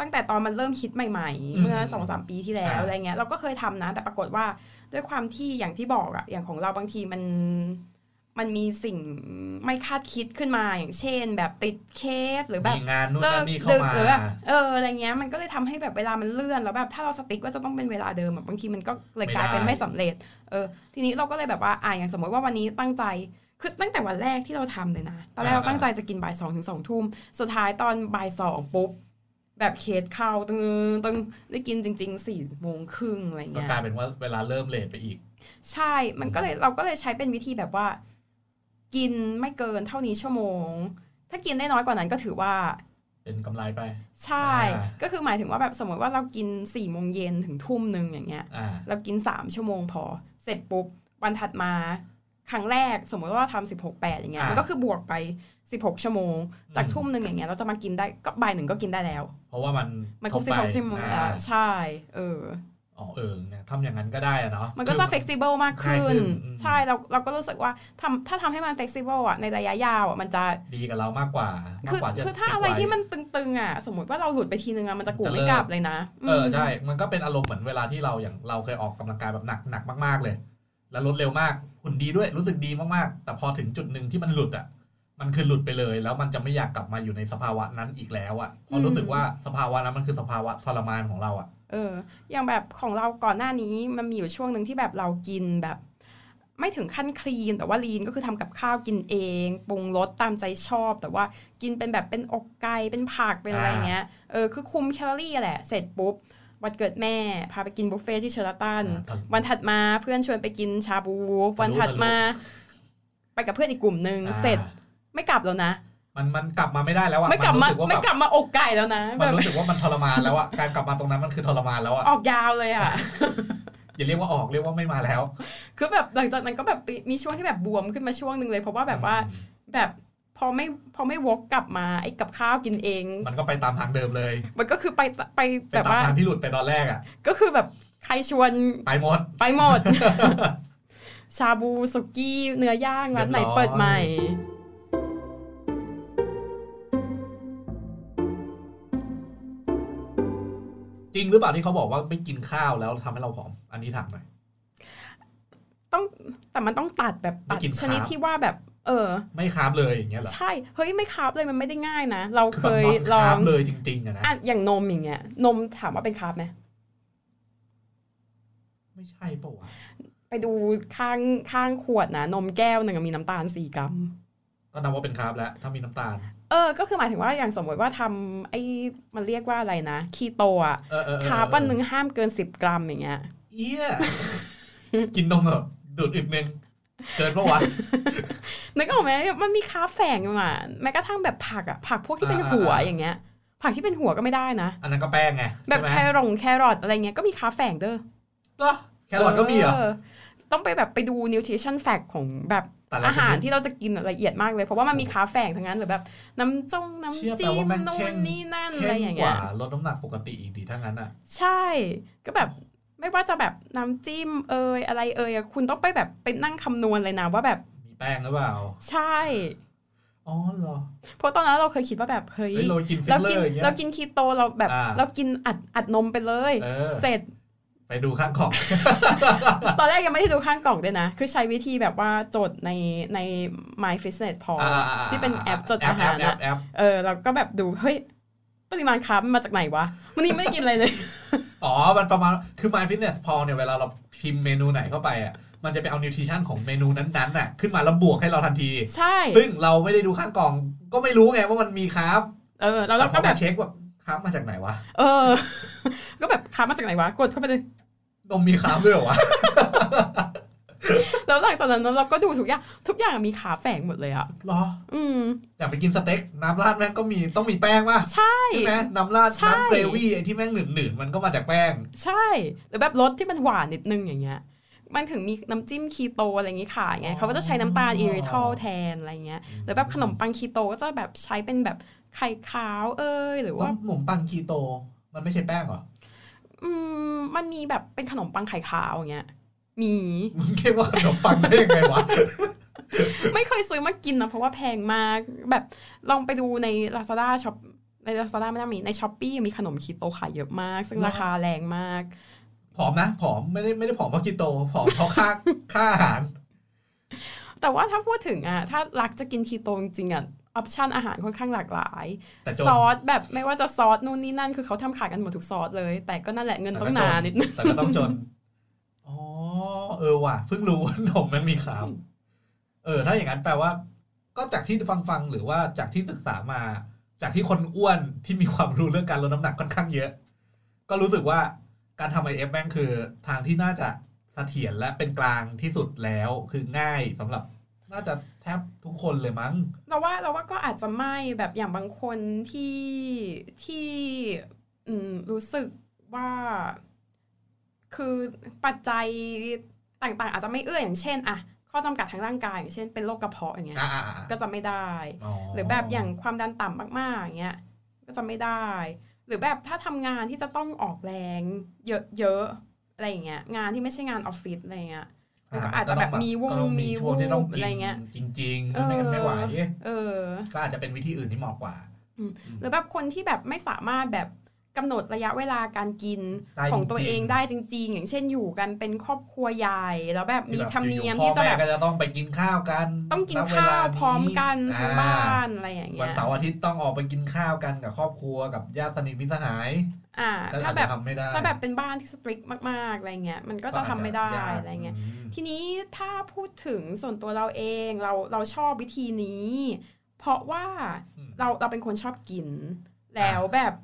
ตั้งแต่ตอนมันเริ่มฮิตใหม่
อืม
ๆ เมื่อสองสามปีที่แล้ว
อ่า
อะไรเงี้ยเราก็เคยทำนะ แต่ปรากฏว่าด้วยความที่อย่างที่บอกอ่ะอย่างของเราบางทีมันมันมีสิ่งไม่คาดคิดขึ้นมาอย่างเช่น แบบติดเคสหรือแบบ
มีงานนู่น
เลิ
นั่
ก
นนี่เข้า
ดึก
มา
หรือแบบเอออะไรเงี้ยมันก็เลยทำให้แบบเวลามันเลื่อนแล้วแบบถ้าเราสติ๊กว่าจะต้องเป็นเวลาเดิมอะบางทีมันก็เลยกลายเป็นไม่สำเร็จเออทีนี้เราก็เลยแบบว่าอ่าอย่างสมมติว่าวันนี้ตั้งใจคือตั้งแต่วันแรกที่เราทำเลยนะตอนแรกเราตั้งใจจะกินบ่ายสองถึงสองทุ่มสุดท้ายตอนบ่ายสองปุ๊บแบบเคสเข้าตึงตึงได้กินจริงๆสี่โมงครึ่งอะไร
ก็
เงี้ย
กลายเป็นว่าเวลาเริ่มเลทไปอีก
ใช่ มันก็เลยเราก็เลยใช้เป็นวิธีแบบว่า กินไม่เกินเท่านี้ชั่วโมง ถ้ากินได้น้อยกว่านั้นก็ถือว่า
เป็นกำไรไป
ใช่
อ่า
ก็คือหมายถึงว่าแบบสมมติว่าเรากิน4ี่โมงเย็นถึงทุ่มหนึ่งอย่างเงี้ย
อ่า
เรากิน 3 ชั่วโมงพอ เสร็จปุ๊บ วันถัดมา ครั้งแรกสมมติว่าเราทำสิบหกแปดอย่างเงี้ย
อ่ามั
มันก็คือบวกไป 16 ชั่วโมง จาก
อืม
ทุ่มหนึ่งอย่างเงี้ยเราจะมากินได้ก็บ่ายหนึ่งก็กินได้แล้ว
เพราะว่ามัน
มันครบสิบ
เข้า
ห
ไป
กชั่วโมง
อ่า
แล้วใช่ เออ
อ๋อเออเนี่ยทำอย่างนั้นก็ได้อะเนาะ
มันก็จะ
คือ
flexible มากขึ้
ง่ายขึ้
น
นอืม
ใช่เราเราก็รู้สึกว่าทำถ้าทำให้มัน flexible อ่ะในระยะยาวอ่ะมันจะ
ดีกับเรามากกว่ามา
คื
ก
อก
ว่าจะ
คือถ้า
เก็บ
อะไร
ว้
ที่มันตึงๆอ่ะ สมมติว่าเราหลุดไปทีนึงอ่ะมันจะกู
จะเลิก
ไม่กลับเลยนะ
เออ
ม
ใช่ มันก็เป็นอารมณ์เหมือนเวลาที่เราอย่างเราเคยออกกำลังกายแบบหนักหนักมากๆเลย แล้วลดเร็วมากหุ่นดีด้วยรู้สึกดีมากๆ แต่พอถึงจุดหนึ่งที่มันหลุดอ่ะ มันคือหลุดไปเลย แล้วมันจะไม่อยากกลับมาอยู่ในสภาวะนั้นอีกแล้วอ่ะเพราะรู้สึกว่าสภาวะนั้นมันคือสภาวะทรมานของเราอ่ะ
เอออย่างแบบของเราก่อนหน้านี้มันมีอยู่ช่วงหนึ่งที่แบบเรากินแบบ ไม่ถึงขั้นคลีน แต่ว่าลีนก็คือทำกับข้าวกินเองปรุงรสตามใจชอบ แต่ว่ากินเป็นแบบเป็นอกไก่เป็นผักเป็นอะไรอย่างเงี้ยเออคือคุมแคลอรี่แหละ เสร็จปุ๊บวันเกิดแม่พาไปกินบุฟเฟ่ที่เชอราตัน
อ่าทำ
วันถัดมาเพื่อนชวนไปกินชาบู
ทะลุ
วันถัด
ทะลุ
มา ไปกับเพื่อนอีกกลุ่มหนึ่ง
อ่า
เสร็จไม่กลับแล้วนะ
มันมันกลับมาไม่ได้แล้วอ่ะ
ไม่กลับมาน
รู้สึว่
ไม่
แบบ
กลับมาอกไก่แล้วนะ
มั
แบบ
นรู้สึกว่ามันทรมานแล้วอะการกลับมาตรงนั้นมันคือทรมานแล้วอะ
ออกยาวเลยอ่ะ
อย่าเรียกว่าออกเรียกว่าไม่มาแล้ว
คือแบบหลังจากนั้นก็แบบมีช่วงที่แบบบวมขึ้นมาช่วงหนึ่งเลยเพราะว่าแบบว่าแบบพอไม่พอไม่วกกลับมาไอ้กับข้าวกินเอง
มันก็ไปตามทางเดิมเลย
มันก็คือไปไป
ไป
แบบ
ตาม
ว่า
ทางที่หลุดไปตอนแรกอะ
ก็คือแบบใครชวน
ไปหมด
ไปหม ด ชาบูสุกี้เนื้อย่างร้านไหน
เรียบร้อย
เปิดใหม่
จริงหรือเปล่าที่เขาบอกว่าไม่กินข้าวแล้วทำให้เราผอม อันนี้ถามหน่อย
แต่มันต้องตัดแบบตัด
ไม่กินคาร์บ
ชนิดที่ว่าแบบ เออ
ไม่คาร์บเลยอย่างเงี้ยเหรอ
ใช่เฮ้ยไม่คาร์บเลยมันไม่ได้ง่ายนะ เราเคย
แบบน
ล
อน
อ
คาร์
ง
บเลยจริงๆอะนะ
อ่ะอย่างนมอย่างเงี้ยนมถามว่าเป็นคาร์บไหม
ไม่ใช่ปะวะ
ไปดูข้างข้างขวดนะนมแก้วหนึ่งอะมีน้ำตาลสี่กรัม
ก็นับว่าเป็นคาร์บแล้วถ้ามีน้ำตาล
เออ ก็คือหมายถึงว่าอย่างสมมติว่าทำไอ้มันเรียกว่าอะไรนะ คีโตอ่ะ
เออเออเออ
คาร์บอนหนึ่งห้ามเกิน 10 กรัมอย่างเงี้ย
เอี้ยกินนมแบบดูดอึกนึงเกินปะวะ
นึกออกไหมมันมีคาร์บแฝงอยู่อ่ะแม้กระทั่งแบบผักอ่ะ ผักพวกที่เป็น
อ่า
หัว
อ่า
อย่างเงี้ย ผักที่เป็นหัวก็ไม่ได้นะ
อันนั้นก็แป้งไง
แบบแค
ใช่ไหม
รองแครอทอะไรเงี้ยก็มีคาร์บแฝงเด้อ
เหรอแครอทก็มีเหรอ
ต้องไปแบบไปดู nutrition fact ของแบบ
แต่ละ
อา
ช
หาร
นิด
ที่เราจะกินอะละเอียดมากเลย เพราะว่ามันมีคาร์บแฝงทั้งนั้นหรือแบบน้ำจงน้ำ
เชื่อแปล
จิ้
ว่าม แม่ง
นู่
เข้
น
ม
นี่นั่น
เข้
อะไร
ม
อย่าง
ก
เงี้
ว่าย ลดน้ำหนักปกติอีกดีถ้างั้นอ่ะ
ใช่ก็แบบไม่ว่าจะแบบน้ำจิ้มเอยอะไรเอยอะคุณต้องไปแบบไปนั่งคำนวณเลยนะว่าแบบ
มีแป้งหรือเปล่า
ใช่
อ๋อเหรอ
เพราะตอนนั้นเราเคยคิดว่าแบบเฮ้ย
เฮ้ยเรากินฟิ
เรา
ลเลอ
กิน
ร์อย่างเงี้ย
เรากินคีโตเราแบบ
อ่า
เรากินอัดอัดนมไปเลย
เออ
เสร็จ
ไปดูข้างของ
ตอนแรกยังไม่ได้ดูข้างกล่องด้วยนะ คือใช้วิธีแบบว่าจดในใน My Fitness p a l
อ่าอ่าอ่า
ที่เป็นแอปจด
แอ
อา
ป
หาร
แอป
นะ
แอปแอป
เออเราก็แบบดูเฮ้ยปริมาณคาร์บมันมาจากไหนวะวันนี้ไม่ได้กินอะไรเลย
อ๋อ มันประมาณ คือ My Fitness Pal เนี่ย เวลาเราพิมพ์เมนูไหนเข้าไปอ่ะ มันจะไปเอานิวทริชั่นของเมนูนั้นๆน่ะ ขึ้นมาแล้วบวกให้เราทันที
ใช่
ซึ่งเราไม่ได้ดูข้างกล่อง ก็ไม่รู้ไงว่ามันมีคาร์บ
เออแล้ว
แต่
เรา
พ
ก็
อ
แบ
มา
บ
เช็คว่าคาร์บมาจากไหนวะ
เออ ก็แบบค้ามาจากไหนวะ กดเข้าไปเลย
นมมีคาร์บด้วยเหรอวะ
แล้วหลังจากนั้นเราก็ดูทุกอย่าง ทุกอย่างมีขาแฝงหมดเลยอะ
เหรอ
อืม
อยากไปกินสเต็ก น้ำราดแม่งก็มี ต้องมีแป้งป่ะ
ใช่
ใช่ไหมน้ำราด
ใช่
น้ำเกรวี่ไอ้ที่แม่งหนืดๆมันก็มาจากแป้ง
ใช่ หรือแบบรสที่มันหวานนิดนึงอย่างเงี้ย มันถึงมีน้ำจิ้มคีโตอะไรอย่างนี้ขายไงเขาก็จะใช้น้ำตาล
อ๋อ
อิริทอลแทนอะไรเงี้ยหรือแบบขนมปังคีโตก็จะแบบใช้เป็นแบบไข่ขาวเอ้ยหรือว่า
ว่าขนมปังคีโต มันไม่ใช่แป้งเหรอ
อืมมันมีแบบเป็นขนมปังไข่ขาวอย่างเงี้ยมี
มึงคิดว่าขนมปังได้ยังไงวะ
ไม่เคยซื้อมากินนะเพราะว่าแพงมากแบบลองไปดูใน Lazada Shop ใน Lazada ไม่ได้มีใน s h อ p e e มีขนมคีโตขายเยอะมาก ซึ่ง
หรอ
ราคาแรงมาก
ผอมนะ ผอมไม่ได้ไม่ได้ผอมเพราะคีโต ผอมเพราะค่าค่าอาหาร
แต่ว่าถ้าพูดถึงอ่ะถ้ารักจะกินคีโตจริงๆอ่ะออปชันอาหารค่อนข้างหลากหลาย
แต่จน
ซอสแบบไม่ว่าจะซอสนู่นนี่นั่นคือเขาทำขายกันหมดทุกซอสเลย แต่ก็นั่นแหละเงินต้องหนานิดนึง
แต่ก็ต้องจน อ๋อ เออว่ะ เพิ่งรู้ ว่าขนมมันมีขาว เออ ถ้าอย่างนั้นแปลว่า ก็จากที่ฟังฟังๆหรือว่าจากที่ศึกษามา จากที่คนอ้วนที่มีความรู้เรื่องการลดน้ำหนักค่อนข้างเยอะ ก็รู้สึกว่าการทำไอเอฟแม่งคือ ทางที่น่าจะเสถียรและเป็นกลางที่สุดแล้ว คือง่ายสำหรับ น่าจะแทบทุกคนเลยมั้ง
เราว่าเราว่าก็อาจจะไม่แบบอย่างบางคนที่ที่อืมรู้สึกว่า คือปัจจัยต่างๆ อาจจะไม่เอื้ออย่างเช่นอะข้อจำกัดทางร่างกายอย่างเช่นเป็นโรคกระเพาะอย่างเงี้ย
อ่าอ่าอ่า
ก็จะไม่ได้ หรือแบบอย่างความดันต่ำมากๆอย่างเงี้ยก็จะไม่ได้ หรือแบบถ้าทำงานที่จะต้องออกแรงเยอะๆอะไรอย่างเงี้ยงานที่ไม่ใช่งานออฟฟิศอะไรอย่างเงี้ย มันก็อาจจะแบบมีวง
ก็ต้อง
มี
ช่วงที่ต้อง
วูบอะไรเงี้ย
กินจริงๆ
เออ
ไม่งั้นไม่ไหว
เออ
ก็อาจจะเป็นวิธีอื่นที่เหมาะกว่า
หรือแบบคนที่แบบไม่สามารถแบบกำหนดระยะเวลาการกิน
ได้
ของตัว
จริงๆ
เองได้จริง ๆ อย่างเช่นอยู่กันเป็นครอบครัวใหญ่แล้วแบบมีธรรมเนียมที่
พ่
จะ
อ
แบ
แม่
บ
ก็จะต้องไปกินข้าวกัน
ต้องกิน
ณเว
ข้า
ล
วพร้อมกันทั้งบ้านอะไรอย่าง
วัน
เงี้ย
เสาร์อาทิตย์ต้องออกไปกินข้าวกันกับครอบครัวกับญาติสนิทมิตรสหาย
อ่า
ก็
ถ้า
อาจ
แบบ
จะทำไม่ได้
ถ้าแบบเป็นบ้านที่สตริกมากๆอะไรเงี้ยมันก็จะทำไม่ได้อะไรเงี้ย ทีนี้ถ้าพูดถึงส่วนตัวเราเองเราเราชอบวิธีนี้ เพราะว่า
เรา
เราเราเป็นคนชอบกิน แล้วแบบ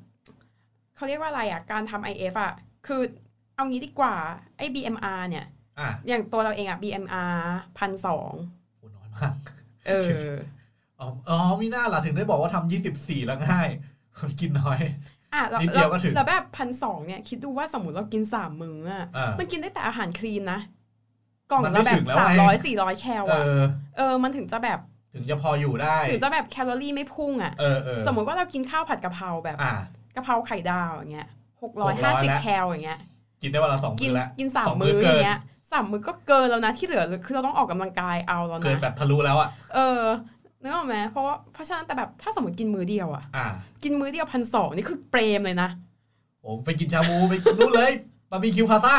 เขาเรียกว่าอะไรอ่ะการทำ IF อ่ะคือเอางี้ดีกว่าไอ้ BMR เนี่ย
อ่ะ
อย่างตัวเราเองอ่ะ BMR พันสอง
โอ้น้อยมาก
เอ อ
อ๋ออ๋อมีหน้าล่ะถึงได้บอกว่าทำ24 แล้วง่าย คนกินน้อย
อ่ะเรา
นิดเดี
เรา
ยวก็ถึง
เราแบบพันสองเนี่ย คิดดูว่าสมมติเรากินสามมื้ออ่ะ
อ่า
มันกินได้แต่อาหารคลีนนะ กล่อง
มันไม่
ละแบ
ถึ
บ
งแล้ว
สาม
ไง
ร้อยสี่ร้อยแคล
เอ
อ่ะ
อ
เออมันถึงจะแบบ
ถึงจะพออยู่ได้
ถึงจะแบบแคลอรี่ไม่พุ่งอ่ะ
เออเออ
สมมุติว่าเรากินข้าวผัดกะเพราแบบ
อ่ะ
กะเพราไข่ดาวอย่างเงี้ยหกร้อยห้าสิบ
650
แคลอย่างเงี้ย
กินได้วันละสอง
กิ
มื้อแล้ว
กินสาม
ง
มื้ออ
เกิ
ย่าน งเงี้ยสามมื้อก็เกินแล้วนะที่เหลือคือเราต้องออกกำลังกายเอาแล้ว
เกินแบ
นะ
บทะลุแล้วอ่ะ
เออนึกออกไหมเพราะว่าเพราะฉะนั้นแต่แบบถ้าสมมติกินมื้อเดียวอะ
อ่ะ
กินมื้อเดียวพันสองนี่คือเปรมเลยนะ
ผมไปกินชาบูไปนู่นเลยบาร์บีคิวพาซ่า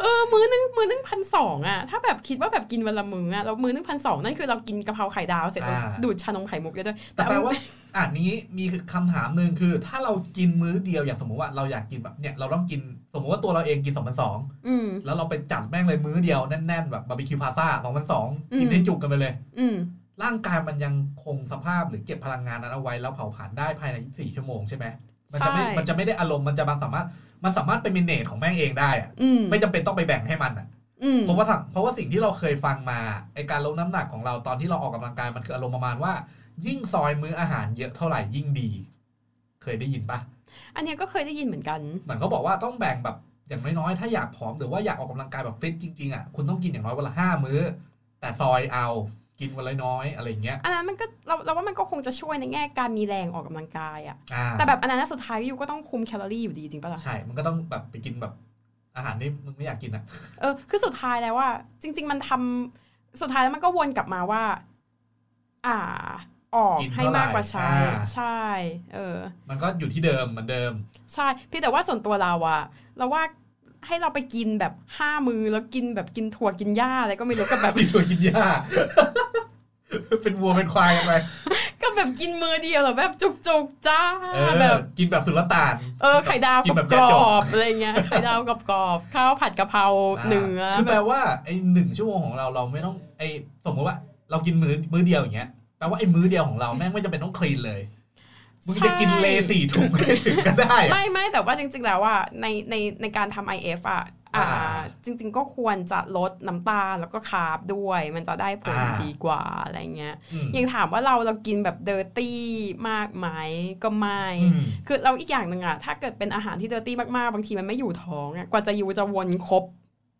เออมื้อนึงมื้อนึงพันสองอะถ้าแบบคิดว่าแบบกินวันละมื้ออะแล้วมื้อนึงพันสองนั่นคือเรากินกะเพราไข่ดาวเสร็จแล้ว
อ่า
ดูดชานมไข่มุกได้ด้วย
แต่แปล
เอ
ว่าอ่านนี้มีคำถามหนึ่งคือ ถ้าเรากินมื้อเดียวอย่างสมมติว่าเราอยากกินแบบเนี่ยเราต้องกินสมมติว่าตัวเราเองกิน2 0 0
อืม
แล้วเราไปจัดแม่งเลยมื้อเดียวแน่นๆแบบบาร์บีคิวพาซ่า2 0
อืม
0กินให้จุกกันไปเลย
อืม
ร่างกายมันยังคงสภาพหรือเก็บพลังงานนั้นเอาไว้แล้วเผาผลาญได้ภายใน24ชั่วโมงใช่ไหมมันจะไม่มันจะไม่ได้อารมณ์มันจะมันสามารถมันสามารถเป็นเมเนจของแม่งเองได้อะ
อืม
ไม่จำเป็นต้องไปแบ่งให้มันอะ
อืม
เพราะว่าถ้าเพราะว่าสิ่งที่เราเคยฟังมาไอการลดน้ำหนักของเราตอนที่เราออกกำลังกายมันคืออารมณ์ประมาณว่า ยิ่งซอยมื้ออาหารเยอะเท่าไหร่ยิ่งดี เคยได้ยินปะ
อันเนี้ยก็เคยได้ยินเหมือนกัน
เหมือนเขาบอกว่าต้องแบ่งแบบอย่างน้อยๆ ถ้าอยากผอมหรือว่าอยากออกกำลังกายแบบฟิตจริงๆอ่ะคุณต้องกินอย่างน้อยวันละห้ามื้อ แต่ซอยเอากินวันละน้อยอะไรอย่างเงี้ย
อันนั้นมันก็เราเราว่ามันก็คงจะช่วยในแง่การมีแรงออกกำลังกายอะ
อ่า
แต่แบบอันนั้นนะสุดท้ายอยู่ก็ต้องคุมแคลอรี่อยู่ดีจริงปะล่ะ
ใช่ มันก็ต้องแบบไปกินแบบอาหารที่มึงไม่อยากกินอ่ะ
เออคือสุดท้ายแล้วว่า จริง ๆ มันทำสุดท้ายแล้วมันก็วนกลับมาว่า อ่า ออก
กิน
ให้
เท่าไหร่
มากกว่าใช้
อ่า
ใช่เออ
มันก็อยู่ที่เดิมเหมือนเดิม
ใช่เพี่แต่ว่าส่วนตัวเราอะเราว่าให้เราไปกินแบบห้ามือแล้วกินแบบกินถั่วกินหญ้าอะไรก็ไม่รู้กับแบบ
กินถั่วกิน หญ้า เป็นวัวเป็นควายกันไป
กับแบบกินมือเดียวแล้วแบบจุก ๆจ้า
เอ
แบ
อบ กินแบบสุลต่าน
เออไข่ดาว
กินแบบ
กร
ยัดจอ
อบๆอะไรเงี้ยไข่ดาวกรอบๆข้าวผัดกะเพราเนื้อ
คือ
แบ
แปล
บ
ว่าไอ้หนึ่งชั่วโมงของเราเราไม่ต้องไอ้สมมติว่าเรากินมื้อมื้อเดียวอย่างเงี้ยแปลว่าไอ้มื้อเดียวของเราแม่งไม่จำเป็นต้องคลีนเลยมึงจะกินเล
ใช่
สี่ถุงไม่ถึงก็ได้อะ
ไม่ไม่แต่ว่าจริงๆแล้วว่าในในในการทำ IF อ่ะอ่า
อ่า
จริงๆก็ควรจะลดน้ำตาลแล้วก็คาร์บด้วย มันจะได้ผล
อ่า
ดีกว่าอะไรเงี้ย
อืม
ยังถามว่าเราเรากินแบบเดอร์ตี้มากไหมก็ไม่
อืม
คือเราอีกอย่างหนึ่งอะถ้าเกิดเป็นอาหารที่เดอร์ตี้มากๆ บางทีมันไม่อยู่ท้องอะกว่าจะอยู่จะวนครบ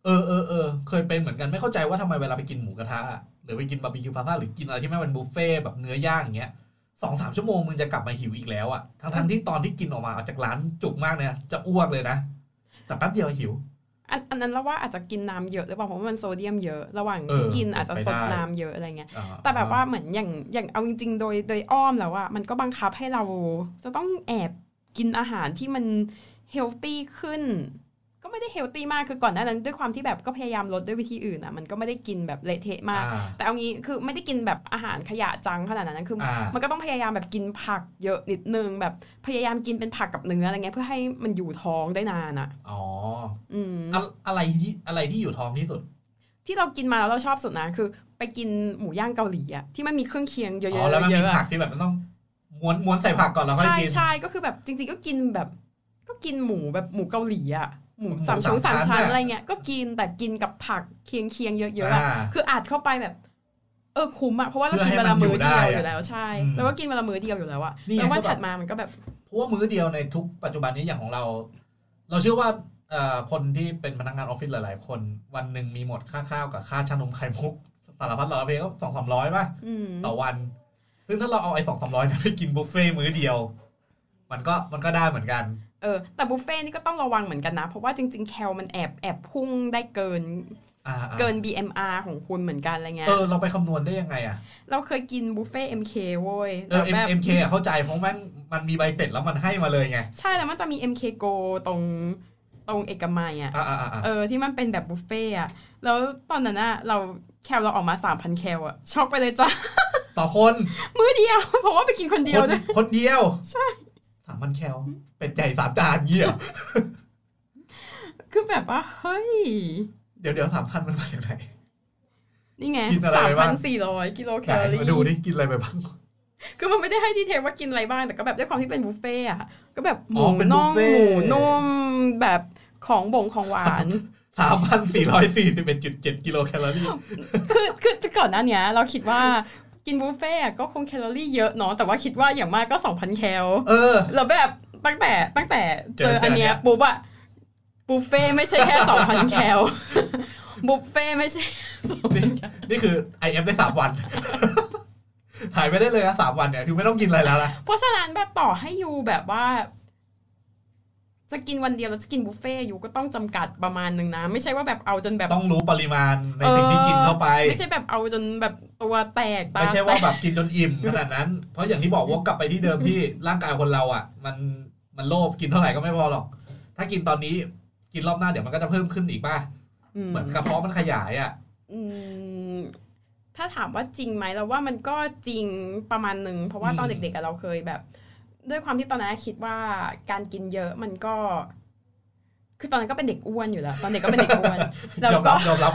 เออเออเออเคยเป็นเหมือนกันไม่เข้าใจว่าทำไมเวลาไปกินหมูกระทะอะหรือไปกินบาร์บีคิวพาสต้าหรือกินอะไรที่ไม่เป็นบุฟเฟ่ต์แบบเนื้อย่างอย่างเงี้ยสองสามชั่วโมงมึงจะกลับมาหิวอีกแล้วอะทั้งทั้งๆที่ตอนที่กินออกมาออกจากร้านจุกมากเนี่ยจะอ้วกเลยนะ แต่แป๊บเดียวหิว
อันอันนั้นเราว่าอาจจะกินน้ำเยอะหรือเปล่าเพราะว่ามันโซเดียมเยอะระหว่าง
เออ
ที่กินอาจจะ
เป็น
ซ
ไป
ด
ได้
น้ำเยอะอะไรเงี้ย
อ่
แต่แบบว่าเหมือนอย่างอย่างเอาจริงๆ โดยโดยอ้อมแล้วว่ามันก็บังคับให้เราจะต้องแอบกินอาหารที่มันเฮลตี้ขึ้น ก็ไม่ได้เฮลตี้มากคือก่อนหน้านั้นด้วยความที่แบบก็พยายามลดด้วยวิธีอื่นอ่ะมันก็ไม่ได้กินแบบเละเทะมาก
อ่า
แต่เอางี้คือไม่ได้กินแบบอาหารขยะจังขนาดนั้นคืออา
มั
มันก็ต้องพยายามแบบกินผักเยอะนิดนึงแบบพยายามกินเป็นผักกับเนื้ออะไรเงี้ยเพื่อให้มันอยู่ท้องได้นานอ่ะ
อ๋อ
อืม
อะอะไรที่อะไรที่อยู่ท้องที่สุด
ที่เรากินมาแล้วเราชอบสุดนะคือไปกินหมูย่างเกาหลีอะที่มันมีเครื่องเคียงเยอะๆ
อ๋อแล้วมัน
เย
มี
อะๆ
ผั
อะ
กที่แบบมันต้องม้วนม้วนใส่ผักก่อนแล้วค่อย
ใช่
กิน
ใช่ก็คือแบบจริงๆก็กินแบบ ก็กินหมูแบบหมูเกาหลีอะหมู
หมู
สามชั้น
สา
สามม
ชั้น
ชั้น
อะ
อะไรเงี้ยก็กินแต่กินกับผักเคียงเคียงๆเยอะๆอะ
อ่า
คืออัดเข้าไปแบบ เออคุ้มอะเพราะว่าเรา
เพื่อ
กินเวลามื้อเดียว
ให้มันอยู่ได้
อ
อะ
ยู่แล้วใช่
อืม
แล้วก็กินเวลามื้อเดียวอยู่แล้วอะ
นี่ไง
แล้ววัน
ก็แบบ
ถัดมามันก็แบบ
เพราะว่ามื้อเดียวในทุกปัจจุบันนี้อย่างของเรา เราเชื่อว่าเอ่อคนที่เป็นพนักงานออฟฟิศหลาย ๆ คนวันหนึ่งมีหมดค่าข้าวกับค่าชานมไข่มุกสารพัดหลายเพลงก็สองสามร้อยป่ะ
อืม
ต่อวัน ซึ่งถ้าเราเอาไอ้สองสามร้อยนั้นไปกินบุฟเฟ่ต์มื้อเดียว มันก็มันก็ได้เหมือนกัน
เออแต่บุฟเฟ่ต์นี่ก็ต้องระวังเหมือนกันนะเพราะว่าจริง ๆ แคลมันแอบแอบพุ่งได้เกิน
อ่าอ่า
เกิน BMR ของคุณเหมือนกันอะไรเงี้ย
เออเราไปคำนวณได้ยังไงอ่ะ
เราเคยกินบุฟเฟ่ MK เว้ย
เออ
แต่แบบ
M K อะเข้าใจเพราะแม่งมันมีใบเสร็จแล้วมันให้มาเลยไง
ใช่แล้วมันจะมี MK Go ตรงตรงเอกมัยอ่ะ
อ่าอ่าอ่า
เออที่มันเป็นแบบบุฟเฟ่อะแล้วตอนนั้นอะเราแคลเราออกมา 3,000 แคลอะช็อกไปเลยจ้ะ
ต่อคน
มื้อเดียว เพราะว่าไปกินคนเดียว
คน
ด้วย
คนเดียว ใช่สามพันแคลเป็ดใหญ่สามจานเงี้ยเหรอ
คือแบบว่า เฮ้ย
เดี๋ยวเดี๋ยวสามพันมันมาจากไหน
นี่ไง
กินอะไรไปบ้าง
3,400 กิโลแคลอ
ไหน
รี่
มาดูดิกินอะไรไปบ้าง
คือมันไม่ได้ให้ดีเทลว่ากินอะไรบ้าง แต่ก็แบบด้วยความที่เป็นบุฟเฟ่อะก็แบบห
อ๋
มู
อเป็นบุ
น่อ
ฟ
ง
เฟ่
หมูนุ่มแบบของบ่งของหวาน
สามพันสี่ร้อยสี่สิบเอ็ดจุดเจ็ดกิโลแคลอรี่
คือคือคือก่อนหน้าเนี้ยเราคิดว่ากินบุฟเฟ่ต์ก็คงแคลอรี่เยอะเนาะแต่ว่าคิดว่าอย่างมากก็ 2,000 แคล
เออ
แล้วแบบตั้งแต่ตั้งแต่เจ
เจอ
อ
อั
อันเนี้ย
เนี่ย
ปุ๊บอะบุฟเฟ่ต์ไม่ใช่แค่ 2,000 แคลบุฟเฟ่ต์ไม่ใช่
นี่นี่คือ IF ได้สาม วัน หายไปได้เลยนะสามวันเนี่ยคือไม่ต้องกินอะไรแล้วละ
เพราะฉะนั้นแบบต่อให้อยู่แบบว่า จะกินวันเดียวแล้วจะกินบุฟเฟ่ต์อยู่ก็ต้องจำกัดประมาณหนึ่งนะ ไม่ใช่ว่าแบบเอาจนแบบ
ต้องรู้ปริมาณในสิ่งที่กินเข้าไป
ไม่ใช่แบบเอาจนแบบตัวแตกตา
ไม่ใช่ว่า
แตก
แบบกินจนอิ่มขนาดนั้น เพราะอย่างที่บอกว่ากลับไปที่เดิมที่ร่างกายคนเราอ่ะ มันมันโลภกินเท่าไหร่ก็ไม่พอหรอก ถ้ากินตอนนี้กินรอบหน้าเดี๋ยวมันก็จะเพิ่มขึ้นอีกป่ะ
อืม
เหมือนกระเพาะมันขยายอ่ะ
อืมถ้าถามว่าจริงไหมเราว่ามันก็จริงประมาณหนึ่งเพราะว่า
อืม
ตอนเด็กๆอะเราเคยแบบ ด้วยความที่ตอนนั้นคิดว่าการกินเยอะมันก็ คือตอนนั้นก็เป็นเด็กอ้วนอยู่แล้วตอนเด็กก็เป็นเด็กอ้วน แล้ว
ยอม
ก็
รับยอมรับ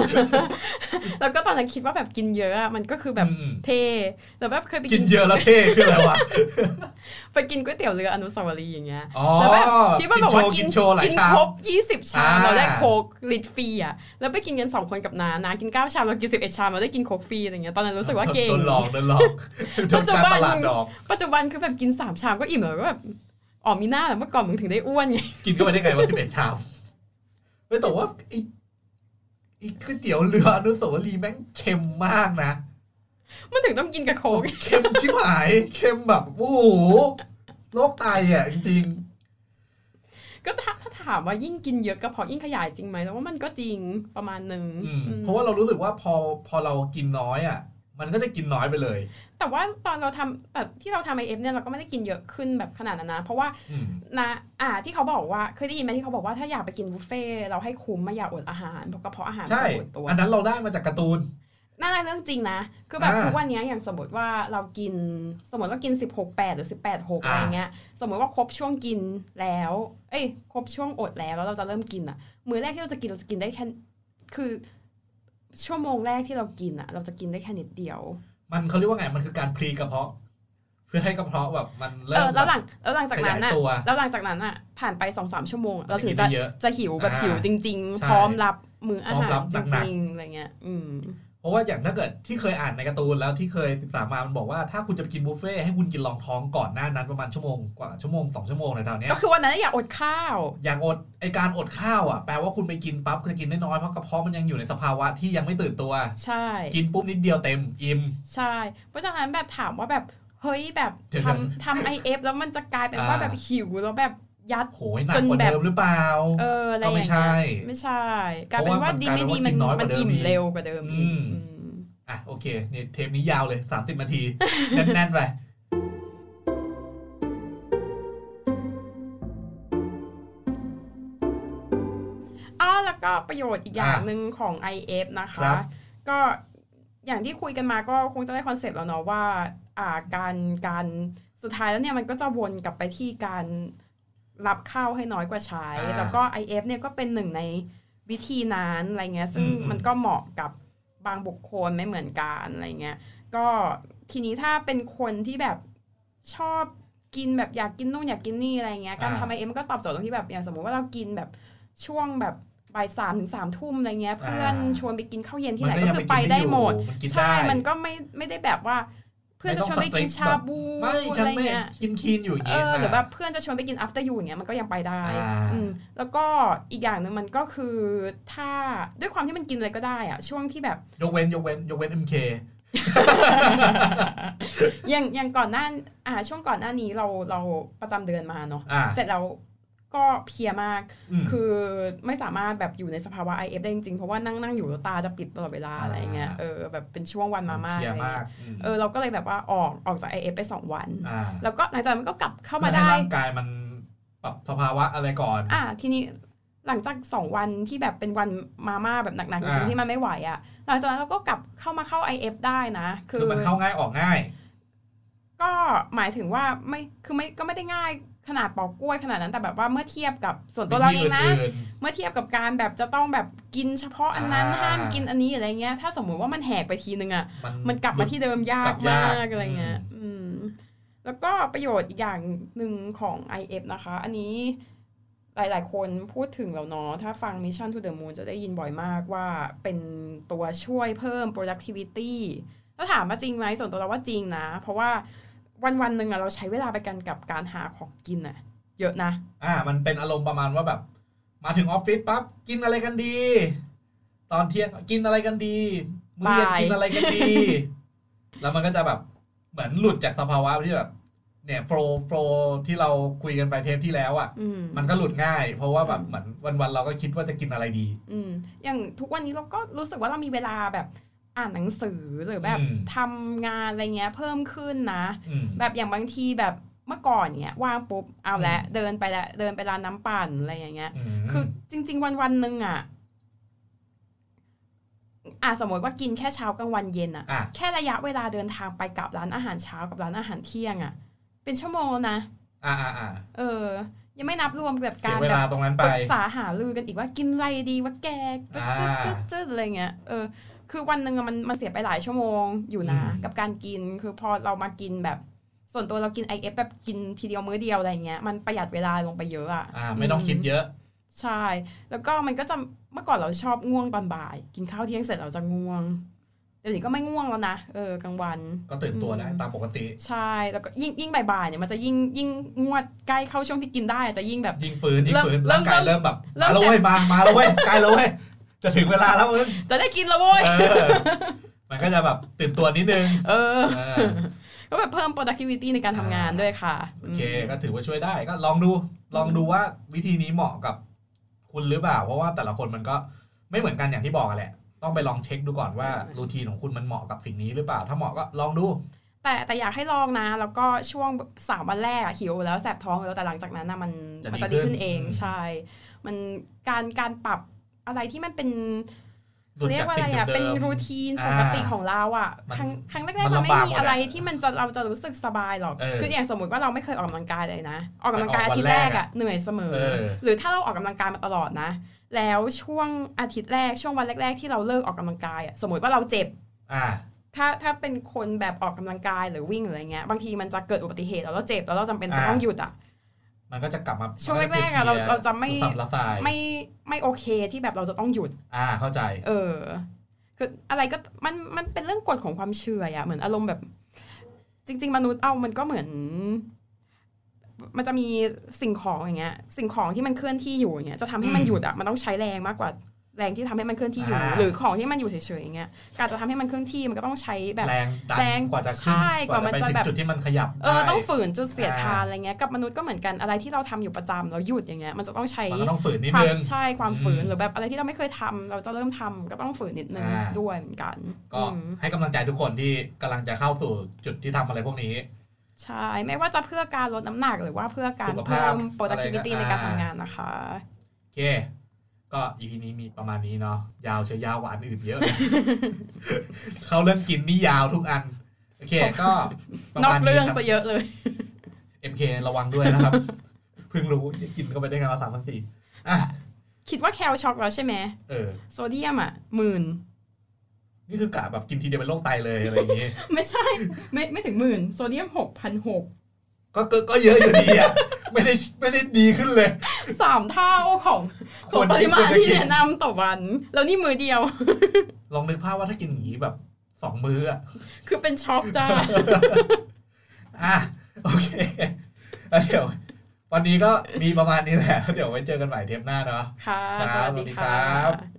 แล้วก็ตอนนั้นคิดว่าแบบกินเยอะอะมันก็คือแบบ
อืม
เทแล้วแบบเคยไป
กิ
กิ
น
น
เยอะแล้วเท่คืออะไรวะ
ไปกินก๋วยเตี๋ยวเรืออนุสาวรีย์อย่างเงี้ย
อ๋อ
แล้วแบบที่มันบอกว่ากิ
กิ
น
นโชว์หลาย
กิน
ชาม
ครบยี่สิบชาม
อ่า
เราได้โคกลิตรฟรีอ่ะแล้วไปกินกันสองคนกับนานากินเก้าชามเรากินสิบเอ็ดชามเราได้กินโคกฟรีอะไรเงี้ยตอนนั้นรู้สึกว่าเก่ง
โดนหลอกโดนหล อกโดนการตลาดหลอก
ปัจจุบันคือแบบกินสามชามก็อิ่มแล้วก็แบบอ๋อมีหน้าแหละเมื่อก่อนมึงถึงได้อ้วนไง
กินเข้าไปได้ไงวะสิบเอ็ดชามไม่แต่ว่าไอ้ไอ้ก๋วยเตี๋ยวเรืออนุสาวรีย์แม่งเค็มมากนะ
มันถึงต้องกินกับโค้ก
เค็มชิบหาย เค็มแบบโอ้โหโรคไตอ่ะจริง
ก็ถ้าถ้าถามว่ายิ่งกินเยอะกระเพาะยิ่งขยายจริงไหมแล้วว่ามันก็จริงประมาณนึง
ๆอืม
อืม
เพราะว่าเรารู้สึกว่าพอพอเรากินน้อยอ่ะ มันก็จะกินน้อยไปเลย
แต่ว่าตอนเราทำแต่ที่เราทำไอเอฟเนี่ยเราก็ไม่ได้กินเยอะขึ้นแบบขนาดนั้นนะเพราะว่า
อืม
นะอ่าที่เขาบอกว่าเคยได้ยินไหมที่เขาบอกว่าถ้าอยากไปกินบุฟเฟ่ต์เราให้คุ้มมาอย่าอดอาหารเพราะกระเพาะอาหาร
ใช่
จะอดตัว
อันนั้นเราได้มาจากการ์ตูน
น่าจะเรื่องจริงนะ คือแบบ
อ่า
ทุกวันเนี้ยอย่างสมมติว่าเรากิน สมมติว่ากิน 16 8 หรือ 18 6
อ่า
อะไรเงี้ย สมมติว่าครบช่วงกินแล้ว เอ้ย ครบช่วงอดแล้วแล้วเราจะเริ่มกินอ่ะ มื้อแรกที่เราจะกินเราจะกินได้แค่คือ ชั่วโมงแรกที่เรากินอ่ะ เราจะกินได้แค่นิดเดียว
มันเขาเรียกว่าไงมันคือการพรีกระเพาะ เพื่อให้กระเพาะแบบมันเริ่
เอ
ม
อแล้วหลังแล้วหลังจาก
ขย
นั้น
ย
อ่ะ
ตัว
แล้วหลังจากนั้นอ่ะผ่านไปสองสามชั่วโมง เราถึงจะ
กินได้เยอะ
จะหิวแบบ
อ่า
หิวจริงๆ
ใช่
พร้อมรับมื้ออา
พร้อม
หาร
รับ
จ
หนักๆ
ริงๆอะไรเงี้ย อืม
เพราะว่าอย่างถ้าเกิดที่เคยอ่านในการ์ตูนแล้วที่เคยศึกษามามันบอกว่าถ้าคุณจะไปกินบุฟเฟ่ต์ให้คุณกินรองท้องก่อนหน้านั้นประมาณชั่วโมงกว่าชั่วโมงสองชั่วโมงในตอนเนี้ย
ก็คือวันนั้นอยากอดข้าว
อย่างอดไอการอดข้าวอ่ะแปลว่าคุณไปกินปั๊บคุณจะกินได้น้อยเพราะกระเพาะมันยังอยู่ในสภาวะที่ยังไม่ตื่นตัว
ใช่
กินปุ๊บนิดเดียวเต็มอิ่ม
ใช่ เพราะฉะนั้นแบบถามว่าแบบเฮ้ยแบบ
เดี๋ยว
ทำทำไอเอฟแล้วมันจะกลายเป็น
อ่า
ว่าแบบหิวแล้วแบบยัด
โหยหนักก
จ
ว่า
นแบบ
เดิมหรือเปล่า
เอออะไรอ
ก็
ย่าง
ไม่
เงี้
ใช่
ยไม่ใช่กลายเป็นว่าดีไม่ดีมัน
เพราะว่ามันกลายเป็นว่ากิ
มันอิ่ม
นน้อยกว่าเดิมอีก
เร็วกว่าเดิมอี
อื
ก
ม
อืม
อ่ะโอเคเนี่ยเทปนี้ยาวเลย 30 นา ที แน่นๆไป
อ๋อแล้วก็ประโยชน์อีกอย่างหนึ่งของ IF นะ
ครั
คะ
บ
ก็อย่างที่คุยกันมาก็คงจะได้คอนเซปต์แล้วเนาะว่าอ่าการการสุดท้ายแล้วเนี่ยมันก็จะวนกลับไปที่การรับเข้าให้น้อยกว่าใช้
อ่า
แล้วก็ IF เนี่ยก็เป็นหนึ่งในวิธีนั้นอะไรเงี้ยซึ่ง
อืมอืม
มันก็เหมาะกับบางบุคคลไม่เหมือนกันอะไรเงี้ยก็ทีนี้ถ้าเป็นคนที่แบบชอบกินแบบอยากกินนู่นอยากกินนี่อะไรเงี้ยการทำ IF มันก็ตอบโจทย์ตรงที่แบบอย่างสมมุติว่าเรากินแบบช่วงแบบบ่ายสามถึงสามทุ่มอะไรเงี้ยเพื่อนชวนไปกินข้าวเย็น ที่ไหนก็
ยั
คือไปได้หมด
มันกิน
ใช่
ได้
มันก็ไม่ไม่ได้แบบว่า เพื่อนจะชวนไปกินชาบู
ไม่
อะ
ฉัน
ไร
ไม่
เงี้ย
กินคีนอยู่อย่าง
เอ
งี้
อ
นะ
หรือแบบเพื่อนจะชวนไปกิน after you อย่างเงี้ยมันก็ยังไปได้
อ่า
อืมแล้วก็อีกอย่างหนึ่งมันก็คือถ้าด้วยความที่มันกินอะไรก็ได้อะช่วงที่แบบ
ยกเว้นยกเว้นยกเว้น MK
อย่างอย่างก่อนหน้าอ่าช่วงก่อนหน้านี้เราเราประจำเดือนมาเนาะ
อ่า
เสร็จแล้วก็เพลียมาก
ม
คือไม่สามารถแบบอยู่ในสภาวะ IF ได้จริงๆเพราะว่านั่งนั่งอยู่แล้วตาจะปิดตลอดเวลาอะไรเงี้ย
อ่า
เออแบบเป็นช่วงวันมาม่าอะ
เคลีย
ไร
ร์
เงี้
มาย กม
เออเราก็เลยแบบว่าออกออกจาก IF ไป 2 วัน
อ่า
แล้วก็หลังจากนั้นมันก็กลับเข้ามา
เพื่อ
ได้
ให้ร่างกายมันปรับสภาวะอะไรก่อน
อ่าทีนี้หลังจาก 2 วันที่แบบเป็นวันมาม่าแบบหนักๆจ
อ่า
ริงๆที่มันไม่ไหวอะ่ะหลังจากนั้นเราก็กลับเข้ามาเข้า IF ได้นะ คื
คือ
อ
มันเข้าง่ายออกง่าย
ก็หมายถึงว่าไม่คือไม่ก็ไม่ได้ง่ายขนาดปอกกล้วยขนาดนั้นแต่แบบว่าเมื่อเทียบกับส่วนตัวเราเองนะ เมื่อเทียบกับการแบบจะต้องแบบกินเฉพาะอันนั้น
อ่า
ห้ามกินอันนี้อะไรเงี้ยถ้าสมมุติว่ามันแหกไปทีนึงอ่ะ
มัน
มันกลับมาที่เดิมยาก
กลับยาม
าก กอะไรเงี้ย
อืม
อืม แล้วก็ประโยชน์อีกอย่างหนึ่งของ IF นะคะ อันนี้หลาย ๆ คนพูดถึงแล้วเนาะ ถ้าฟัง Mission to the Moon จะได้ยินบ่อยมากว่าเป็นตัวช่วยเพิ่ม productivity ถ้าถามว่าจริงไหมส่วนตัวเราว่าจริงนะ เพราะว่าวันวันๆหนึ่งอะเราใช้เวลาไปกันกับการหาของกินอะเยอะนะ
อ่า มันเป็นอารมณ์ประมาณว่าแบบ มาถึงออฟฟิศปั๊บกินอะไรกันดี ตอนเที่ยงกินอะไรกันดีมื้อเย็น
บ่าย
กินอะไรกัน ดี แล้วมันก็จะแบบเหมือนหลุดจากสภาวะที่แบบ เนี่ยโฟล์โฟล์ที่เราคุยกันไปเทปที่แล้วอ่ะ
อืม
มันก็หลุดง่าย เพราะว่าแบบ
อืม
เหมือนวันๆเราก็คิดว่าจะกินอะไรดี
อืมอย่างทุกวันนี้เราก็รู้สึกว่าเรามีเวลาแบบอ่านหนังสือหรือแบบ
อืม
ทำงานอะไรเงี้ยเพิ่มขึ้นนะ
อืม
แบบอย่างบางทีแบบเมื่อก่อนเนี้ยว่างปุ๊บเอาละ
อืม
เดินไปละเดินไปร้านน้ำปั่นอะไรอย่างเงี้ย
ม
คือจริง ๆ วันวันๆหนึ่งอ่ะอ่ะสมมติว่ากินแค่เช้ากลางวันเย็นอ่ะ
อ่ะ
แค่ระยะเวลาเดินทางไปกลับร้านอาหารเช้ากับร้านอาหารเที่ยงอ่ะ เป็นชั่วโมงแล้วนะ
อ่าอ่าอ่า
เออ ยังไม่นับรวมแบบ
เสี
กาย ร
เว
แบบ
ลาตรงนั้นไป
ปรึกษาหารือกันอีกว่ากินอะไรดีว่าแก
อ่
จืด
า
จืดจืดอะไรเงี้ยเออคือวันหนึ่งอะมันมันเสียไปหลายชั่วโมงอยู่นะ
อืม
กับการกินคือพอเรามากินแบบ ส่วนตัวเรากิน i อฟแบบกินทีเดียวมื้อเดียวอะไรเงี้ยมันประหยัดเวลาลงไปเยอะอ่ะ
อ่า ไม่ต้องคิดเยอะ
ใช่ แล้วก็มันก็จะเมื่อก่อนเราชอบง่วงตอนบ่าย กินข้าวเที่ยงเสร็จเราจะง่วงเดี๋ยวนี้ก็ไม่ง่วงแล้วนะเออกลางวัน
ก็ตื่นตัวได้
อืม
ตามปกติ
ใช่แล้วก็ยิ่งยิ่งบ่ายๆเนี่ยมันจะยิ่งยิ่งงวดใกล้เข้าช่วงที่กินได้อะจะยิ่งแบบ
ยิ่งฝืนยิ่งฝืน
เริ่ม
ร่างกาย
เริ่
เริ่ม
ม
แบบ
เริ่
มาม แล้วเว้ยมามาแล้วเว้ยใกล้แล้วเว้ยจะถึงเวลาแล้วมึง
จะได้กินแล้วโว้ย
เออ มันก็จะแบบตื่นตัวนิดนึง
เออ
เออ
ก็แบบเพิ่ม productivity ในการทำงาน
อ่า
ด้วยค่ะ
โอเค
ม
ก็ถือว่าช่วยได้ก็ลองดูลองดูว่าวิธีนี้เหมาะกับคุณหรือเปล่า เพราะว่าแต่ละคนมันก็ไม่เหมือนกันอย่างที่บอกอะแหละ ต้องไปลองเช็คดูก่อนว่า
ใช่
รูทีนของคุณมันเหมาะกับสิ่งนี้หรือเปล่า ถ้าเหมาะก็ลองดู
แต่แต่อยากให้ลองนะ แล้วก็ช่วงสามวันแรกอะหิวแล้วแสบท้องแล้วแต่หลังจากนั้นนะมัน
จะ
มั
ดี
จะดี
ขึ้
ขึ้
น
นเอง
อืม
ใช่ มันการการปรับอะไรที่มันเป็น
หลุด
เรีย
จาก
กว่า
สิ่
อะ
ง
ไรอะ
เดิ
เป็น
ม
รูทีนปกติของเราอะ
มัน
ครั้งครั้งแร
มั
ก
น
ๆมันไม่
ลำบาก
มี
หมด
อะไร
อะ
ที่มันจะเราจะรู้สึกสบายหรอก
เออ
คืออย่างสมมติว่าเราไม่เคยออกกำลังกายเลยนะ ออกกำลังกาย
แต่ออ
อา
กวัน
ทิตย์แรกอะเหนื่อยเสมอ
เออ
หรือถ้าเราออกกำลังกายมาตลอดนะ แล้วช่วงอาทิตย์แรกช่วงวันแรก ๆ ที่เราเลิกออกกำลังกายอะสมมติว่าเราเจ็บ
อ่า
ถ้าถ้าเป็นคนแบบออกกำลังกายหรือวิ่งหรืออะไรเงี้ยบางทีมันจะเกิดอุบัติเหตุแล้วเราเจ็บแล้วเราจำเป็นจะ
อ่า
ต้องหยุดอ่ะ
มันก็จะกลับมา
ช่วงแรกๆอะ
มันจ
เราเราจะไม่
สับละสาย
ไม่ไม่โอเคที่แบบเราจะต้องหยุด
อ่าเข้าใจ
เออ คืออะไรก็มันมันเป็นเรื่องกฎของความเชื่ออะเหมือนอารมณ์แบบ จริง ๆ มนุษย์เอามันก็เหมือน มันจะมีสิ่งของอย่างเงี้ย สิ่งของที่มันเคลื่อนที่อยู่อย่างเงี้ยจะทำให้มัน
อืม
หยุดอะมันต้องใช้แรงมากกว่าแรงที่ทำให้มันเคลื่อนที่อยู่
อ่า
หรือของที่มันอยู่เฉยๆอย่างเงี้ยการจะทำให้มันเคลื่อนที่มันก็ต้องใช้แบบ
แรงดัน
แรง
กว่าจะ
ใช่
ขึ้นก
ก
ว่า
ว่ามันจะ
จะไปถึง
แบบ
จุดที่มันขยับ
เออ
ได้
ต้องฝืนจุดเสียดทาน
อ่า
อะไรเงี้ยกับมนุษย์ก็เหมือนกันอะไรที่เราทำอยู่ประจำแล้วหยุดอย่างเงี้ยมันจะต้องใช้
มันก็ต้องฝืนนิด
ความ
นึง
ใช่ความฝืน
อืม
หรือแบบอะไรที่เราไม่เคยทำเราจะเริ่มทำก็ต้องฝืนนิดนึง
อ่า
ด้วยเหมือนกัน
ก็
อืม
ให้กำลังใจทุกคนที่กำลังจะเข้าสู่จุดที่ทำอะไรพวกนี้
ใช่ไม่ว่าจะเพื่อการลดน้ำหนักหรือว่าเพื่อการ
สุขภา
เพิ่
พ
ม productivity
อะไรก็
ในการทำงานนะคะ
โอเค ก็อีพีนี้มีประมาณนี้เนาะยาวเชียวยาวกว่าอันอื่นเยอะ เขาเรื่องกินนี่ยาวทุกอัน โอเค ก็ประ
นอ
มาก ณนี้
เรื่อง
ครับ
ซะเยอะเลย
MK ระวังด้วยนะครับ เพิ่งรู้กินเข้าไปได้ไงมาสามพันสี่อ่ะ
คิดว่าแคลช็อกแล้วใช่ไหม
เออ
โซเดียมอ่ะหมื่น
นี่คือกะแบบกินทีเดียวเป็นโรคไตเลยอะไรอย่างงี้
ไม่ใช่ไม่ไม่ถึงหมื่นโซเดียมหกพันหก
ก็ก็ก็เยอะอยู่ดีอ่ะ ไม่ได้ไม่ได้ดีขึ้นเลย
สามเท่าของของปริมาณที่แนะนำต่อวัน แล้วนี่มือเดียว
ลองนึกภาพว่าถ้ากินอย่างนี้แบบสองมื้ออ่ะ
คือเป็นช็อกจ้า
อ่ะโอเคแล้วเดี๋ยว วันนี้ก็มีประมาณนี้แหละแล้วเดี๋ยวไว้เจอกันใหม่เทปหน้าเนาะ
ค่ะ
ค
ส
รับ
วัสดี
สวัสดีค
ค่
รับ
ะ